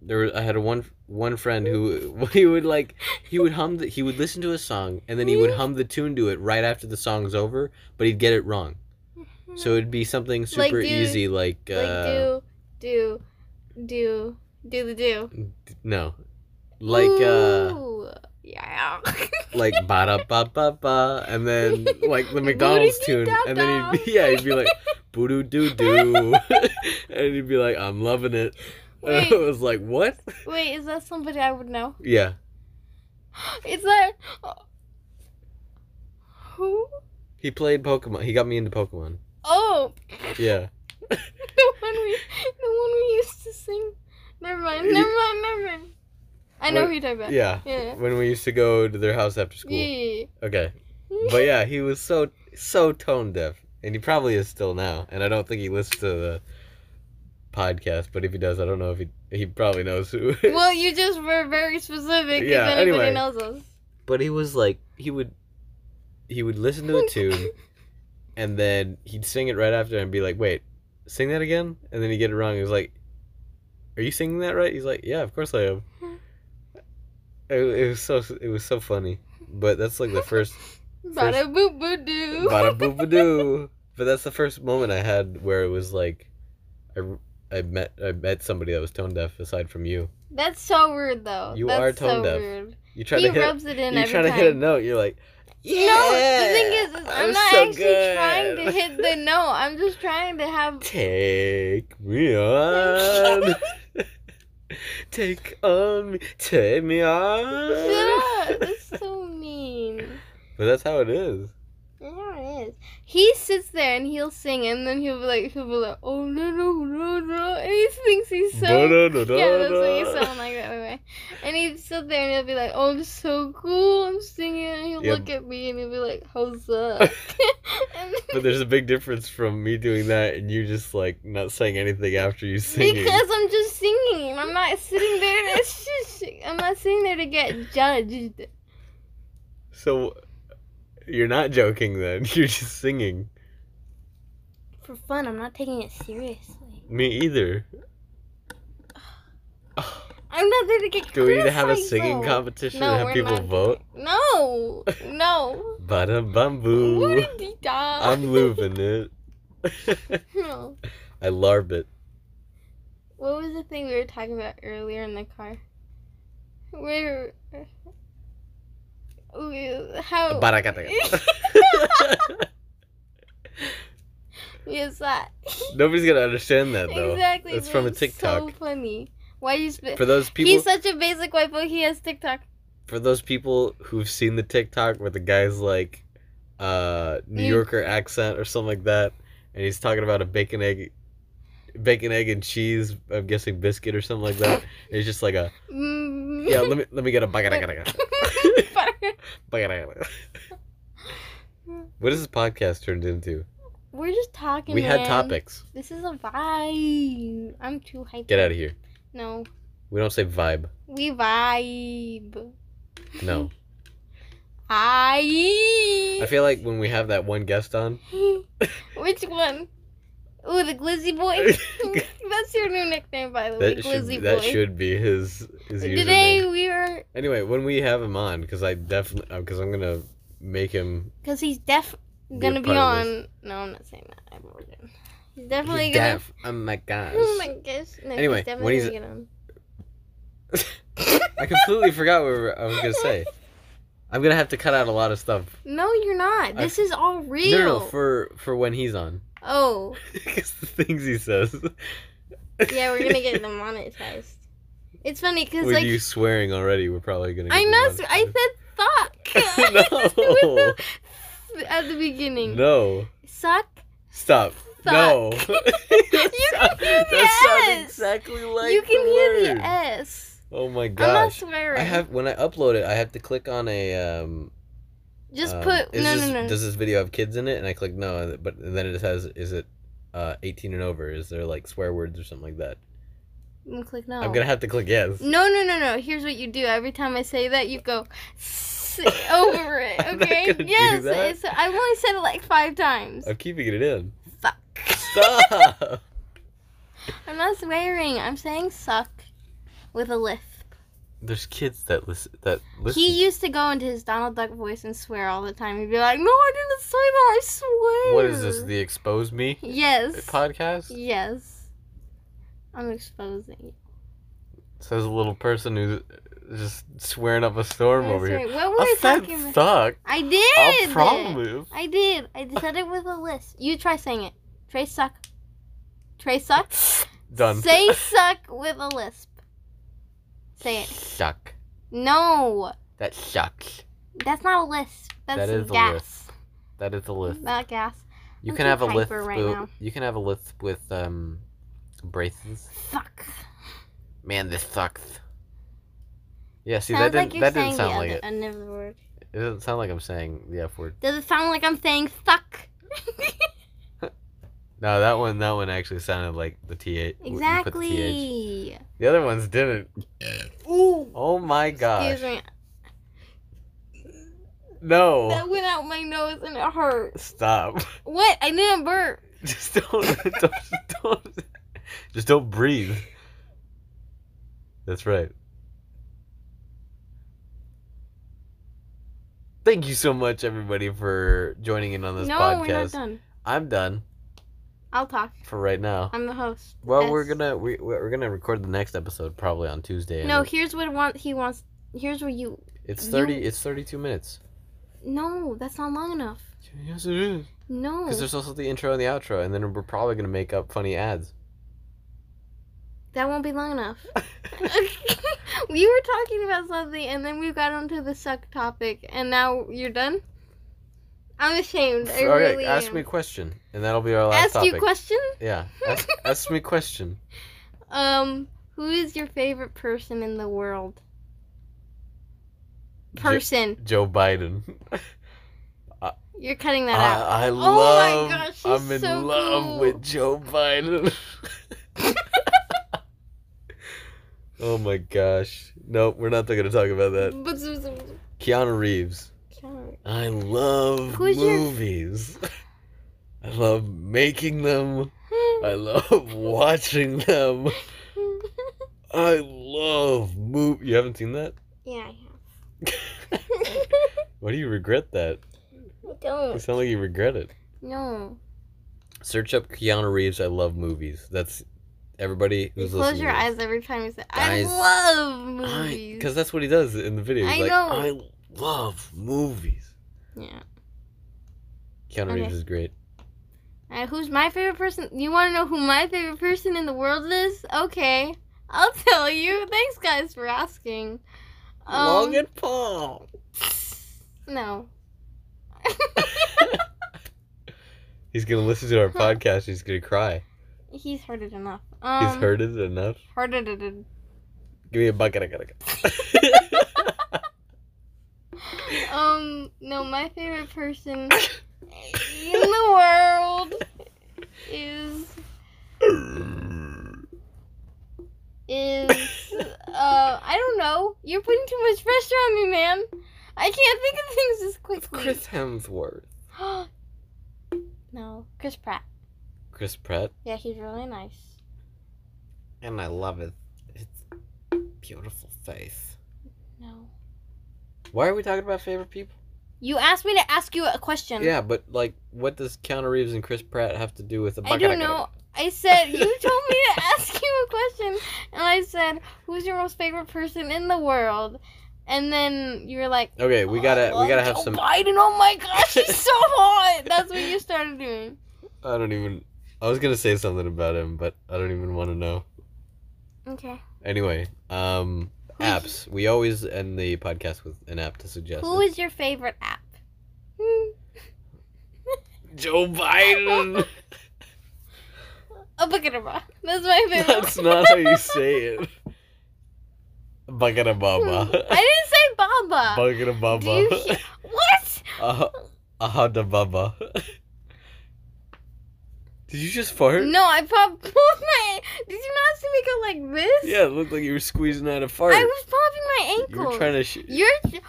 Speaker 1: there. were- I had a one one friend who he would like he would hum the, he would listen to a song and then he would hum the tune to it right after the song's over, but he'd get it wrong. So it'd be something
Speaker 2: Like
Speaker 1: super
Speaker 2: do-
Speaker 1: easy like,
Speaker 2: like
Speaker 1: uh,
Speaker 2: do do do do the do.
Speaker 1: no, like uh.
Speaker 2: Ooh, yeah.
Speaker 1: like ba da ba ba ba, and then like the McDonald's tune, and then he'd be, yeah, he'd be like boo doo doo doo, and he'd be like, I'm loving it. And I
Speaker 2: wait,
Speaker 1: was like, what?
Speaker 2: wait, is that somebody I would know?
Speaker 1: Yeah,
Speaker 2: Is that who?
Speaker 1: he played Pokemon. He got me into Pokemon.
Speaker 2: Oh,
Speaker 1: Yeah,
Speaker 2: the one we the one we used to sing. Never mind.
Speaker 1: You-
Speaker 2: Never mind. Never mind. I know
Speaker 1: What-
Speaker 2: who you're talking about.
Speaker 1: yeah.
Speaker 2: Yeah.
Speaker 1: When we used to go to their house after school.
Speaker 2: Yeah.
Speaker 1: Okay, but yeah, he was so so tone deaf, and he probably is still now. And I don't think he listens to the podcast, but if he does, I don't know if he he probably knows who.
Speaker 2: well, you just were very specific.
Speaker 1: Yeah,
Speaker 2: If anybody
Speaker 1: anyway.
Speaker 2: knows us.
Speaker 1: but he was like he would he would listen to a tune and then he'd sing it right after and be like wait sing that again and then he'd get it wrong he was like are you singing that right he's like yeah of course i am it, it was so it was so funny but that's like the first
Speaker 2: Bada boo boo doo.
Speaker 1: bada boo ba doo but that's the first moment i had where it was like i I met I met somebody that was tone deaf aside from you.
Speaker 2: That's so rude, though.
Speaker 1: You
Speaker 2: That's
Speaker 1: are tone
Speaker 2: so
Speaker 1: deaf.
Speaker 2: Rude.
Speaker 1: You try
Speaker 2: he
Speaker 1: to hit
Speaker 2: rubs it in
Speaker 1: you
Speaker 2: every
Speaker 1: try to
Speaker 2: time.
Speaker 1: hit a note. You're like, yeah.
Speaker 2: no, the thing is, is I'm, not
Speaker 1: so
Speaker 2: actually trying to
Speaker 1: good."
Speaker 2: hit the note. I'm just trying to have.
Speaker 1: Take me on. take on me. Take me
Speaker 2: Shut
Speaker 1: on.
Speaker 2: up! That's so mean.
Speaker 1: but that's how it is.
Speaker 2: That's how it is. He sits there and he'll sing, and then he'll be like, he'll be like, oh no no no no, and he thinks he's so
Speaker 1: Ba-da-da-da-da.
Speaker 2: Yeah, that's what you sound like that way. And he'd sit there and he'll be like, Oh, I'm so cool, I'm singing and he'll
Speaker 1: Yeah.
Speaker 2: look at me and he'll be like, How's up? and
Speaker 1: But there's a big difference from me doing that and you just like not saying anything after you singing.
Speaker 2: because I'm just singing. I'm not sitting there to sh- sh- I'm not sitting there to get judged.
Speaker 1: So you're not joking then. You're just singing.
Speaker 2: For fun, I'm not taking it seriously.
Speaker 1: Me either.
Speaker 2: I'm not there to get
Speaker 1: Do we need to have a
Speaker 2: criticized,
Speaker 1: singing
Speaker 2: though.
Speaker 1: competition
Speaker 2: No,
Speaker 1: and have
Speaker 2: we're
Speaker 1: people
Speaker 2: not.
Speaker 1: vote?
Speaker 2: No. No.
Speaker 1: Bada bum
Speaker 2: What
Speaker 1: boo.
Speaker 2: a dee da.
Speaker 1: I'm loving it.
Speaker 2: No.
Speaker 1: I larb it.
Speaker 2: What was the thing we were talking about earlier in the car? Where. we- How. Yes, that.
Speaker 1: Nobody's gonna understand that though.
Speaker 2: exactly.
Speaker 1: It's
Speaker 2: but
Speaker 1: from a
Speaker 2: it's So
Speaker 1: TikTok.
Speaker 2: funny. Why you spit?
Speaker 1: For those people,
Speaker 2: He's such a basic white boy. He has TikTok.
Speaker 1: for those people who've seen the TikTok where the guy's like, uh, New
Speaker 2: Mm.
Speaker 1: Yorker accent or something like that, and he's talking about a bacon egg, bacon egg and cheese. I'm guessing biscuit or something like that. And he's just like a
Speaker 2: Mm.
Speaker 1: yeah. Let me let me get a bagadaga. bagadaga. What has this podcast turned into?
Speaker 2: We're just talking.
Speaker 1: We had
Speaker 2: man.
Speaker 1: topics.
Speaker 2: This is a vibe. I'm too hyped.
Speaker 1: Get out of here.
Speaker 2: No,
Speaker 1: We don't say vibe.
Speaker 2: we vibe.
Speaker 1: No.
Speaker 2: I.
Speaker 1: I feel like when we have that one guest on,
Speaker 2: Which one? Ooh, the Glizzy Boy. That's your new nickname, by the way,
Speaker 1: that should
Speaker 2: Glizzy
Speaker 1: be-
Speaker 2: Boy.
Speaker 1: that should be his his username.
Speaker 2: Today we were,
Speaker 1: Anyway, when we have him on, because I definitely because I'm gonna make him
Speaker 2: cause he's def
Speaker 1: Be a
Speaker 2: gonna be
Speaker 1: part of
Speaker 2: on. No, I'm not saying that. I bored him. He's definitely
Speaker 1: he's
Speaker 2: gonna.
Speaker 1: deaf. Oh my gosh.
Speaker 2: Oh my gosh. No,
Speaker 1: Anyway,
Speaker 2: he's definitely
Speaker 1: what he's-
Speaker 2: gonna get him.
Speaker 1: I completely forgot what we were- I was gonna say. I'm gonna have to cut out a lot of stuff.
Speaker 2: No, you're not.
Speaker 1: I-
Speaker 2: This is all
Speaker 1: No,
Speaker 2: real.
Speaker 1: no, no, for for when he's on,
Speaker 2: oh,
Speaker 1: because the things he says.
Speaker 2: yeah, we're gonna get them monetized. It's funny because
Speaker 1: With
Speaker 2: like
Speaker 1: you swearing already, we're probably gonna. Get
Speaker 2: I know
Speaker 1: demonetized.
Speaker 2: I said fuck
Speaker 1: no.
Speaker 2: at the beginning.
Speaker 1: No.
Speaker 2: Suck.
Speaker 1: Stop.
Speaker 2: Fuck.
Speaker 1: No. you
Speaker 2: can hear the
Speaker 1: that sounds
Speaker 2: S.
Speaker 1: exactly like
Speaker 2: you can
Speaker 1: the
Speaker 2: hear
Speaker 1: word.
Speaker 2: the S.
Speaker 1: Oh my
Speaker 2: am not
Speaker 1: gosh.
Speaker 2: swearing.
Speaker 1: I have when I upload it, I have to click on a um.
Speaker 2: Just
Speaker 1: um,
Speaker 2: put
Speaker 1: is
Speaker 2: no,
Speaker 1: this-
Speaker 2: no no
Speaker 1: Does this video have kids in it? And I click no, and- but and then it says, is it uh 18 and over? Is there like swear words or something like that?
Speaker 2: no. Mm, Click no.
Speaker 1: I'm gonna have to click yes.
Speaker 2: No no no no. Here's what you do. Every time I say that, you go "S- over it.
Speaker 1: I'm not
Speaker 2: Okay.
Speaker 1: gonna do
Speaker 2: yes.
Speaker 1: that.
Speaker 2: It's, I've only said it like five times.
Speaker 1: I'm keeping it in.
Speaker 2: Fuck.
Speaker 1: Stop.
Speaker 2: I'm not swearing. I'm saying suck with a lisp.
Speaker 1: There's kids that listen. That listen.
Speaker 2: He used to go into his Donald Duck voice and swear all the time. He'd be like, "No, I didn't say that. I swear."
Speaker 1: what is this? The expose me
Speaker 2: Yes.
Speaker 1: podcast?
Speaker 2: Yes. I'm exposing you.
Speaker 1: Says a little person who's just swearing up a storm
Speaker 2: What
Speaker 1: over
Speaker 2: was
Speaker 1: here.
Speaker 2: I- What were
Speaker 1: I
Speaker 2: we
Speaker 1: said
Speaker 2: talking about?
Speaker 1: fuck.
Speaker 2: I
Speaker 1: I'll
Speaker 2: did.
Speaker 1: probably.
Speaker 2: I did. I said it with a list. You try saying it. Try suck. Try suck.
Speaker 1: Done.
Speaker 2: Say suck with a lisp. Say it.
Speaker 1: Suck.
Speaker 2: No,
Speaker 1: That sucks.
Speaker 2: that's not a lisp. That's
Speaker 1: That is a
Speaker 2: gas.
Speaker 1: lisp. That is a lisp.
Speaker 2: Not gas.
Speaker 1: You
Speaker 2: I'm
Speaker 1: can
Speaker 2: too
Speaker 1: have a lisp.
Speaker 2: hyper right
Speaker 1: with-
Speaker 2: now.
Speaker 1: you can have a lisp with um, braces.
Speaker 2: Fuck.
Speaker 1: Man, this sucks. Yeah, see
Speaker 2: Sounds
Speaker 1: that
Speaker 2: like
Speaker 1: didn't
Speaker 2: you're
Speaker 1: that
Speaker 2: saying
Speaker 1: didn't sound
Speaker 2: the
Speaker 1: like
Speaker 2: other,
Speaker 1: it.
Speaker 2: another word.
Speaker 1: It doesn't sound like I'm saying the f word.
Speaker 2: Does it sound like I'm saying suck?
Speaker 1: No, that one that one actually sounded like the th. w- you put the th.
Speaker 2: Exactly.
Speaker 1: The other ones didn't.
Speaker 2: Ooh.
Speaker 1: Oh my gosh.
Speaker 2: Excuse me.
Speaker 1: No.
Speaker 2: That went out my nose and it hurt.
Speaker 1: Stop.
Speaker 2: What? I didn't burp.
Speaker 1: Just don't, don't, don't, just don't breathe. That's right. Thank you so much, everybody, for joining in on this
Speaker 2: no,
Speaker 1: podcast.
Speaker 2: we're not done.
Speaker 1: I'm done
Speaker 2: I'll talk.
Speaker 1: for right now.
Speaker 2: I'm the host.
Speaker 1: well, we're
Speaker 2: That's-
Speaker 1: gonna we, we're gonna record the next episode probably on Tuesday. and
Speaker 2: No,
Speaker 1: it-
Speaker 2: here's what want he wants. Here's what you.
Speaker 1: it's
Speaker 2: you-
Speaker 1: thirty. It's thirty-two minutes.
Speaker 2: No, that's not long enough.
Speaker 1: Yes, it is.
Speaker 2: Oh. No,
Speaker 1: Because there's also the intro and the outro, and then we're probably gonna make up funny ads.
Speaker 2: that won't be long enough. we were talking about something, and then we got onto the suck topic, and now you're done. I'm ashamed. I
Speaker 1: All right,
Speaker 2: really
Speaker 1: ask
Speaker 2: am.
Speaker 1: me a question, and that'll be our last
Speaker 2: Ask
Speaker 1: topic.
Speaker 2: you a question.
Speaker 1: Yeah. Ask, ask me a question.
Speaker 2: Um, who is your favorite person in the world?
Speaker 1: Jo-
Speaker 2: Person.
Speaker 1: Joe Biden.
Speaker 2: You're cutting that
Speaker 1: I,
Speaker 2: out.
Speaker 1: I
Speaker 2: my
Speaker 1: love.
Speaker 2: gosh, he's
Speaker 1: I'm in
Speaker 2: so
Speaker 1: love
Speaker 2: cool.
Speaker 1: with Joe Biden. oh my gosh. Nope, we're not gonna talk about that.
Speaker 2: But so- so- so-
Speaker 1: Keanu Reeves.
Speaker 2: Keanu-
Speaker 1: I love
Speaker 2: Who's your-
Speaker 1: movies. I love making them. I love watching them. I love move. You haven't seen that?
Speaker 2: yeah, I have.
Speaker 1: Why do you regret that?
Speaker 2: I
Speaker 1: You
Speaker 2: don't.
Speaker 1: sound like you regret it.
Speaker 2: No.
Speaker 1: Search up Keanu Reeves. I love movies. That's everybody
Speaker 2: You
Speaker 1: who's
Speaker 2: close
Speaker 1: listening.
Speaker 2: your eyes every time you say, I
Speaker 1: Guys,
Speaker 2: love movies.
Speaker 1: because that's what he does in the video. He's
Speaker 2: I
Speaker 1: like,
Speaker 2: know.
Speaker 1: I love movies.
Speaker 2: yeah.
Speaker 1: Keanu
Speaker 2: Okay.
Speaker 1: Reeves is great.
Speaker 2: Uh, who's my favorite person? You want to know who my favorite person in the world is? Okay. I'll tell you. Thanks, guys, for asking. Um,
Speaker 1: Logan Paul.
Speaker 2: No.
Speaker 1: He's gonna listen to our podcast. He's gonna cry.
Speaker 2: He's heard it enough. Um,
Speaker 1: He's heard it enough.
Speaker 2: Heard it. it- it-
Speaker 1: Give me a bucket. I gotta go.
Speaker 2: Um, no, my favorite person in the world is is uh I don't know. You're putting too much pressure on me, man. I can't think of things as quickly.
Speaker 1: Chris Hemsworth.
Speaker 2: no, Chris Pratt.
Speaker 1: Chris Pratt.
Speaker 2: Yeah, he's really nice.
Speaker 1: And I love it. It's beautiful face.
Speaker 2: No,
Speaker 1: Why are we talking about favorite people?
Speaker 2: You asked me to ask you a question.
Speaker 1: Yeah, but like, what does Keanu Reeves and Chris Pratt have to do with the?
Speaker 2: I don't know. I said you told me to ask you a question, and I said, "Who's your most favorite person in the world?" And then you were like,
Speaker 1: Okay, we
Speaker 2: "Oh,
Speaker 1: gotta
Speaker 2: I
Speaker 1: we gotta
Speaker 2: love
Speaker 1: have
Speaker 2: Joe
Speaker 1: some.
Speaker 2: Biden. Oh my gosh, he's so hot. That's what you started doing.
Speaker 1: I don't even. I was gonna say something about him, but I don't even want to know.
Speaker 2: Okay.
Speaker 1: Anyway, um, apps. We always end the podcast with an app to suggest.
Speaker 2: Who
Speaker 1: it.
Speaker 2: is your favorite app? Hmm.
Speaker 1: Joe Biden?
Speaker 2: A bucket of bra. That's my favorite.
Speaker 1: That's not how you say it. Bucket of
Speaker 2: Hmm, I
Speaker 1: Baba.
Speaker 2: didn't say Baba.
Speaker 1: Bucket of
Speaker 2: Do you
Speaker 1: Baba.
Speaker 2: hear- what?
Speaker 1: Uh, uh, the Baba. Did you just fart?
Speaker 2: No, I popped both my. Did you not see me go like this?
Speaker 1: Yeah, it looked like you were squeezing out a fart.
Speaker 2: I was popping
Speaker 1: you
Speaker 2: my ankle.
Speaker 1: were trying to. Sh-
Speaker 2: You're.
Speaker 1: they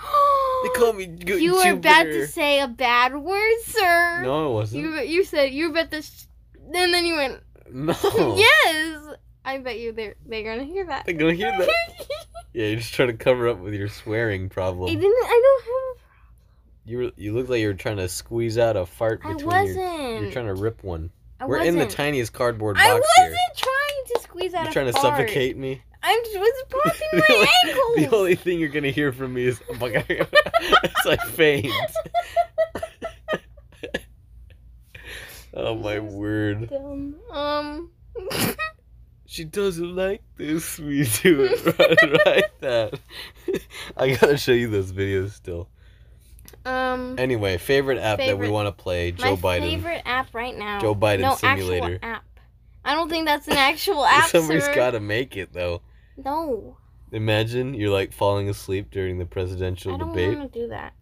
Speaker 1: call me. Go-
Speaker 2: you were about
Speaker 1: Jupiter.
Speaker 2: to say a bad word, sir.
Speaker 1: No, it wasn't.
Speaker 2: You you said you bet the, sh- and then you went
Speaker 1: No.
Speaker 2: yes. I bet you they're they're gonna hear that.
Speaker 1: They're gonna hear that.
Speaker 2: I
Speaker 1: Yeah, you're just trying to cover up with your swearing problem.
Speaker 2: didn't. I
Speaker 1: You were, you look like you were trying to squeeze out a fart
Speaker 2: don't have. I
Speaker 1: between
Speaker 2: wasn't.
Speaker 1: your. You're trying to rip one.
Speaker 2: I
Speaker 1: we're in
Speaker 2: wasn't.
Speaker 1: the tiniest cardboard box
Speaker 2: I wasn't
Speaker 1: here.
Speaker 2: trying to squeeze out.
Speaker 1: You're
Speaker 2: a
Speaker 1: trying to
Speaker 2: fart.
Speaker 1: suffocate me.
Speaker 2: I just was popping
Speaker 1: The only-
Speaker 2: my ankle.
Speaker 1: The only thing you're gonna hear from me is "Oh as I faint. Oh my word.
Speaker 2: Dumb. Um.
Speaker 1: She doesn't like this. We do it right, right then. I gotta show you those videos still.
Speaker 2: um.
Speaker 1: Anyway, favorite app that we
Speaker 2: Favorite-
Speaker 1: want to play: Joe
Speaker 2: my
Speaker 1: Biden.
Speaker 2: favorite app right now.
Speaker 1: Joe Biden
Speaker 2: no,
Speaker 1: Simulator.
Speaker 2: actual app. I don't think that's an actual app,
Speaker 1: Somebody's
Speaker 2: sir.
Speaker 1: gotta make it though.
Speaker 2: No,
Speaker 1: Imagine you're like falling asleep during the presidential
Speaker 2: I don't
Speaker 1: debate.
Speaker 2: want to do that.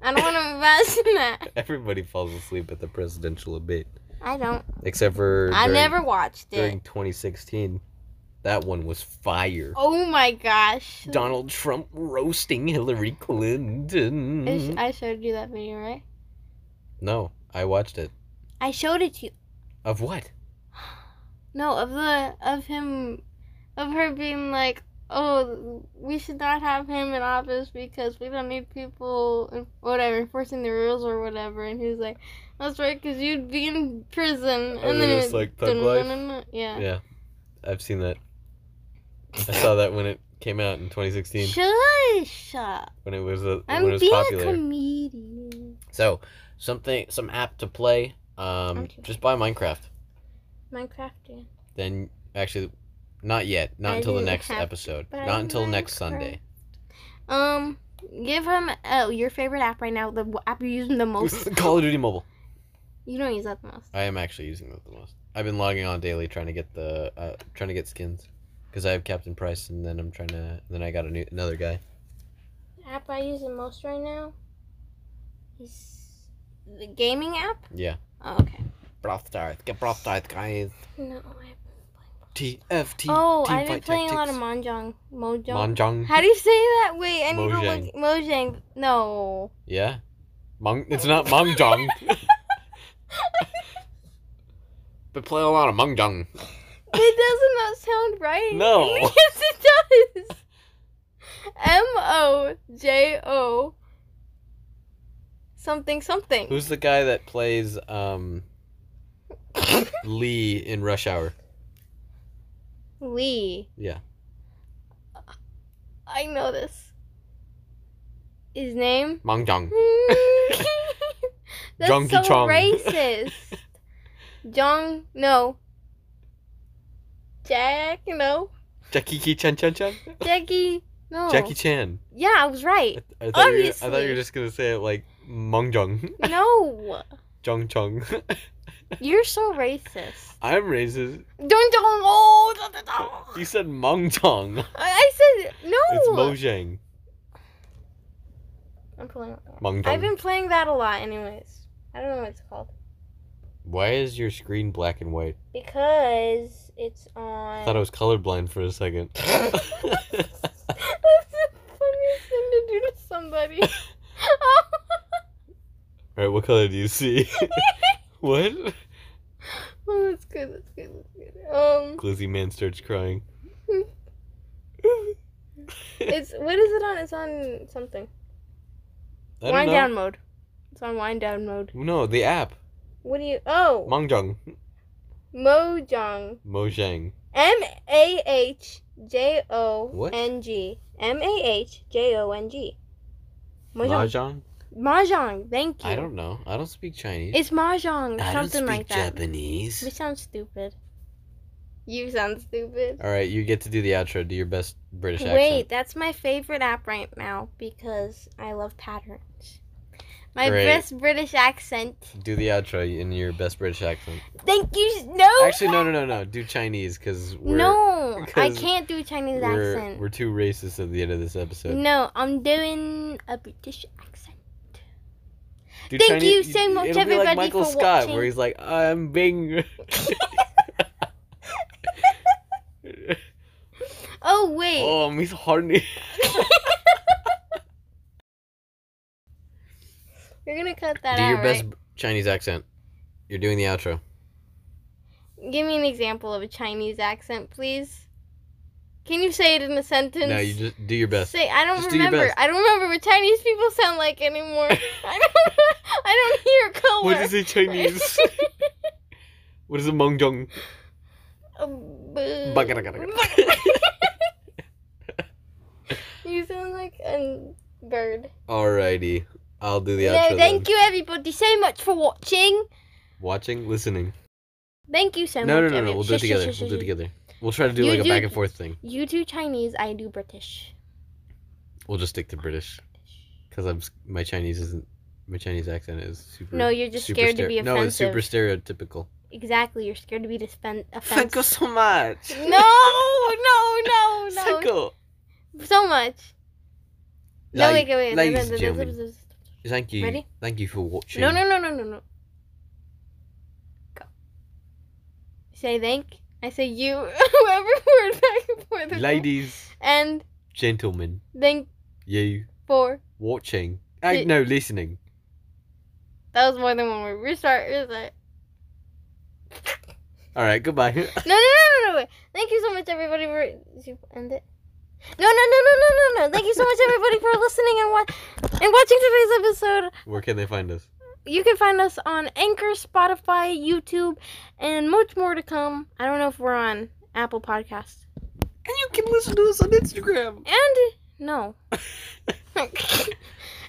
Speaker 2: I don't want to invest in that.
Speaker 1: Everybody falls asleep at the presidential debate,
Speaker 2: I don't.
Speaker 1: except for
Speaker 2: I
Speaker 1: during-
Speaker 2: never watched it.
Speaker 1: during 2016. That one was fire.
Speaker 2: Oh my gosh.
Speaker 1: Donald Trump roasting Hillary Clinton.
Speaker 2: I sh- I showed you that video, right?
Speaker 1: No, I watched it.
Speaker 2: I showed it to you.
Speaker 1: Of what?
Speaker 2: No, of the of him, of her being like, oh, we should not have him in office because we don't need people, en- whatever, enforcing the rules or whatever. And he's like, that's right, because you'd be in prison. And,
Speaker 1: then it's like thug life.
Speaker 2: dun-dun-dun-dun. Yeah.
Speaker 1: Yeah, I've seen that. I saw that when it came out in 2016
Speaker 2: Shush.
Speaker 1: when it was a, when it
Speaker 2: I'm
Speaker 1: was
Speaker 2: being
Speaker 1: popular.
Speaker 2: a comedian.
Speaker 1: so something, some app to play. Um,
Speaker 2: Okay.
Speaker 1: just buy Minecraft.
Speaker 2: Minecraft. Yeah.
Speaker 1: Then actually, not yet. Not
Speaker 2: I
Speaker 1: until the
Speaker 2: didn't
Speaker 1: next
Speaker 2: have to
Speaker 1: episode. buy Not until next
Speaker 2: Minecraft.
Speaker 1: Sunday.
Speaker 2: Um, give him uh, your favorite app right now. The w- app you're using the most.
Speaker 1: Call of Duty Mobile.
Speaker 2: you don't use that the most.
Speaker 1: I am actually using that the most. I've been logging on daily trying to get the uh, trying to get skins because I have Captain Price and then I'm trying to then I got a new, another guy.
Speaker 2: app I use the most right now is the gaming app.
Speaker 1: Yeah.
Speaker 2: Oh, okay.
Speaker 1: Broth Darth, get Broth Darth, guys.
Speaker 2: No.
Speaker 1: TFT.
Speaker 2: oh,
Speaker 1: team
Speaker 2: I've been
Speaker 1: fight
Speaker 2: playing a lot of
Speaker 1: tactics.
Speaker 2: Mahjong. Mojang.
Speaker 1: Mahjong.
Speaker 2: How do you say that? Wait, I need
Speaker 1: Mojang.
Speaker 2: to look. Mojang. No.
Speaker 1: Yeah. Mong. It's not Mahjong. Been playing a lot of Mahjong.
Speaker 2: It doesn't not sound right.
Speaker 1: No.
Speaker 2: yes, it does. M O J O. Something something.
Speaker 1: Who's the guy that plays um Lee in Rush Hour?
Speaker 2: Lee.
Speaker 1: Yeah.
Speaker 2: I know this. His name?
Speaker 1: Mahjong.
Speaker 2: Mm. That's
Speaker 1: Junkie
Speaker 2: so
Speaker 1: Chong.
Speaker 2: racist. Jong, no. Jack, no.
Speaker 1: Jackie Key Chan Chan Chan.
Speaker 2: Jackie, no.
Speaker 1: Jackie Chan.
Speaker 2: Yeah, I was right.
Speaker 1: I thought, you were, I
Speaker 2: Oh. Obviously.
Speaker 1: thought you were just gonna say it like Mongjong,
Speaker 2: No,
Speaker 1: Jong Chong.
Speaker 2: you're so racist.
Speaker 1: I'm racist.
Speaker 2: Don't don't. Oh, don't, don't,
Speaker 1: You
Speaker 2: don't.
Speaker 1: said Mongjong.
Speaker 2: I, I said no.
Speaker 1: It's Mojang.
Speaker 2: I'm pulling. it up.
Speaker 1: Mongjong.
Speaker 2: I've been playing that a lot, anyways. I don't know what it's called
Speaker 1: Why is your screen black and white?
Speaker 2: because it's
Speaker 1: I
Speaker 2: on.
Speaker 1: thought I was colorblind for a second.
Speaker 2: That's the funniest thing to do to somebody.
Speaker 1: Alright, what color do you see? what?
Speaker 2: Oh, that's good. That's good. That's good. Um,
Speaker 1: Glizzy man starts crying.
Speaker 2: it's what is it on? It's on something.
Speaker 1: I don't
Speaker 2: Wind
Speaker 1: know.
Speaker 2: down mode. It's on wind down mode.
Speaker 1: No, the app.
Speaker 2: What do you? Oh,
Speaker 1: Mongjong.
Speaker 2: Mojang.
Speaker 1: Mojang.
Speaker 2: M A H J O
Speaker 1: What?
Speaker 2: N G. M A H J O N G. Mojang.
Speaker 1: Mahjong?
Speaker 2: Mahjong. Thank you.
Speaker 1: I don't know. I don't speak Chinese.
Speaker 2: It's mahjong.
Speaker 1: I don't
Speaker 2: something
Speaker 1: speak
Speaker 2: like that. We
Speaker 1: Japanese.
Speaker 2: sound stupid. You sound stupid.
Speaker 1: All right, you get to do the outro. Do your best British accent.
Speaker 2: Wait, that's my favorite app right now because I love patterns. My
Speaker 1: Great.
Speaker 2: best British accent.
Speaker 1: Do the outro in your best British accent.
Speaker 2: Thank you. No.
Speaker 1: Actually, no, no, no, no. Do Chinese because we're
Speaker 2: no, I
Speaker 1: because
Speaker 2: can't do a Chinese
Speaker 1: we're,
Speaker 2: accent.
Speaker 1: we're too racist at the end of this episode.
Speaker 2: No, I'm doing a British accent.
Speaker 1: Do
Speaker 2: Thank you so much,
Speaker 1: it'll be
Speaker 2: everybody,
Speaker 1: like Michael
Speaker 2: for
Speaker 1: Scott,
Speaker 2: watching.
Speaker 1: where he's like, "I'm being."
Speaker 2: Oh wait.
Speaker 1: oh, I'm horny.
Speaker 2: You're gonna cut that
Speaker 1: do
Speaker 2: out,
Speaker 1: your best
Speaker 2: right?
Speaker 1: Chinese accent. You're doing the outro.
Speaker 2: Give me an example of a Chinese accent, please. Can you say it in a sentence?
Speaker 1: No, you just do your best.
Speaker 2: Say I don't
Speaker 1: Just do your
Speaker 2: remember.
Speaker 1: best.
Speaker 2: I don't remember what Chinese people sound like anymore. I don't. I don't hear color.
Speaker 1: What is it Chinese? what is a mongjong?
Speaker 2: A bu-
Speaker 1: Bagaragaraga.
Speaker 2: you sound like a bird.
Speaker 1: Alrighty, I'll do the outro.
Speaker 2: no, thank you everybody so much for watching.
Speaker 1: Watching, listening.
Speaker 2: Thank you so
Speaker 1: No, no,
Speaker 2: much.
Speaker 1: no, no.
Speaker 2: everyone.
Speaker 1: We'll do it
Speaker 2: Shh, shh,
Speaker 1: together. We'll
Speaker 2: shh, shh,
Speaker 1: do it
Speaker 2: shh.
Speaker 1: together. We'll try to do
Speaker 2: You
Speaker 1: like a
Speaker 2: do-
Speaker 1: back and forth thing.
Speaker 2: You do Chinese, I do British.
Speaker 1: We'll just stick to British because I'm s- my Chinese isn't my Chinese accent is super.
Speaker 2: No, you're just
Speaker 1: super
Speaker 2: scared to
Speaker 1: stere-
Speaker 2: be
Speaker 1: No, it's super
Speaker 2: offensive.
Speaker 1: stereotypical.
Speaker 2: Exactly, you're scared to be dispen-
Speaker 1: Thank you
Speaker 2: offensive.
Speaker 1: so much.
Speaker 2: No, no, no, no.
Speaker 1: Thank you.
Speaker 2: So much. No,
Speaker 1: Like-
Speaker 2: wait, wait, wait. no,
Speaker 1: ladies
Speaker 2: no,
Speaker 1: and
Speaker 2: no, no, no,
Speaker 1: gentlemen,
Speaker 2: no, no.
Speaker 1: thank you.
Speaker 2: Ready?
Speaker 1: Thank you for watching.
Speaker 2: No, no, no, no, no, no. Go. Say thank. I say you. Whoever word back and forth. okay?
Speaker 1: Ladies,
Speaker 2: And
Speaker 1: gentlemen,
Speaker 2: thank
Speaker 1: you
Speaker 2: for.
Speaker 1: watching. Uh,
Speaker 2: Y-
Speaker 1: no, listening.
Speaker 2: That was more than one word. Restart. Restart.
Speaker 1: All right, goodbye.
Speaker 2: No, no, no, no, no. Wait. Thank you so much, everybody, for. Did you end it? No, no, no, no, no, no, no. Thank you so much, everybody, for listening and, wa- and watching today's episode.
Speaker 1: Where can they find us?
Speaker 2: You can find us on Anchor, Spotify, YouTube, and much more to come. I don't know if we're on Apple Podcasts.
Speaker 1: And you can listen to us on Instagram.
Speaker 2: And no.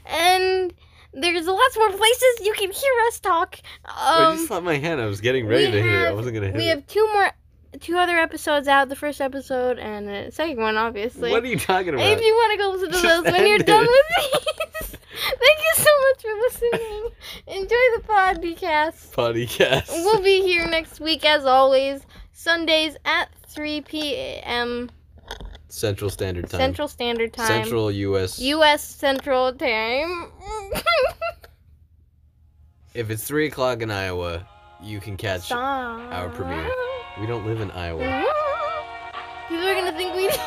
Speaker 2: and there's lots more places you can hear us talk.
Speaker 1: I just
Speaker 2: Um,
Speaker 1: slapped my hand. I was getting
Speaker 2: we
Speaker 1: ready to hit it. I
Speaker 2: have-
Speaker 1: wasn't gonna hit
Speaker 2: we
Speaker 1: it.
Speaker 2: have two more, two other episodes out. The first episode and the second one, obviously.
Speaker 1: What are you talking about?
Speaker 2: if you want to go listen to
Speaker 1: Just
Speaker 2: those when you're
Speaker 1: end
Speaker 2: done
Speaker 1: it.
Speaker 2: with these, thank you so much for listening. Enjoy the podcast.
Speaker 1: Podcast.
Speaker 2: We'll be here next week, as always, Sundays at 3 p.m.
Speaker 1: Central Standard Time.
Speaker 2: Central Standard Time.
Speaker 1: Central U.S.
Speaker 2: U.S. Central Time.
Speaker 1: if it's three o'clock in Iowa, you can catch.
Speaker 2: Our
Speaker 1: premiere. We don't live in Iowa.
Speaker 2: People are gonna think we.
Speaker 1: All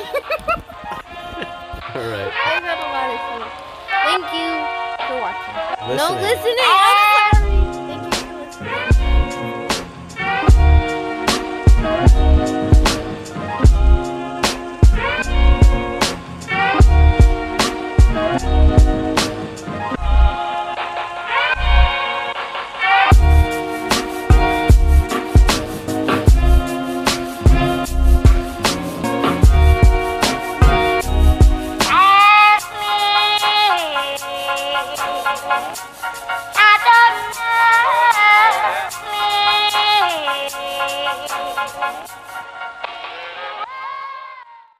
Speaker 1: right.
Speaker 2: I've had a lot of fun. Thank you for watching.
Speaker 1: Listening.
Speaker 2: No listening. I'm sorry. Thank you for listening.
Speaker 3: I don't know me.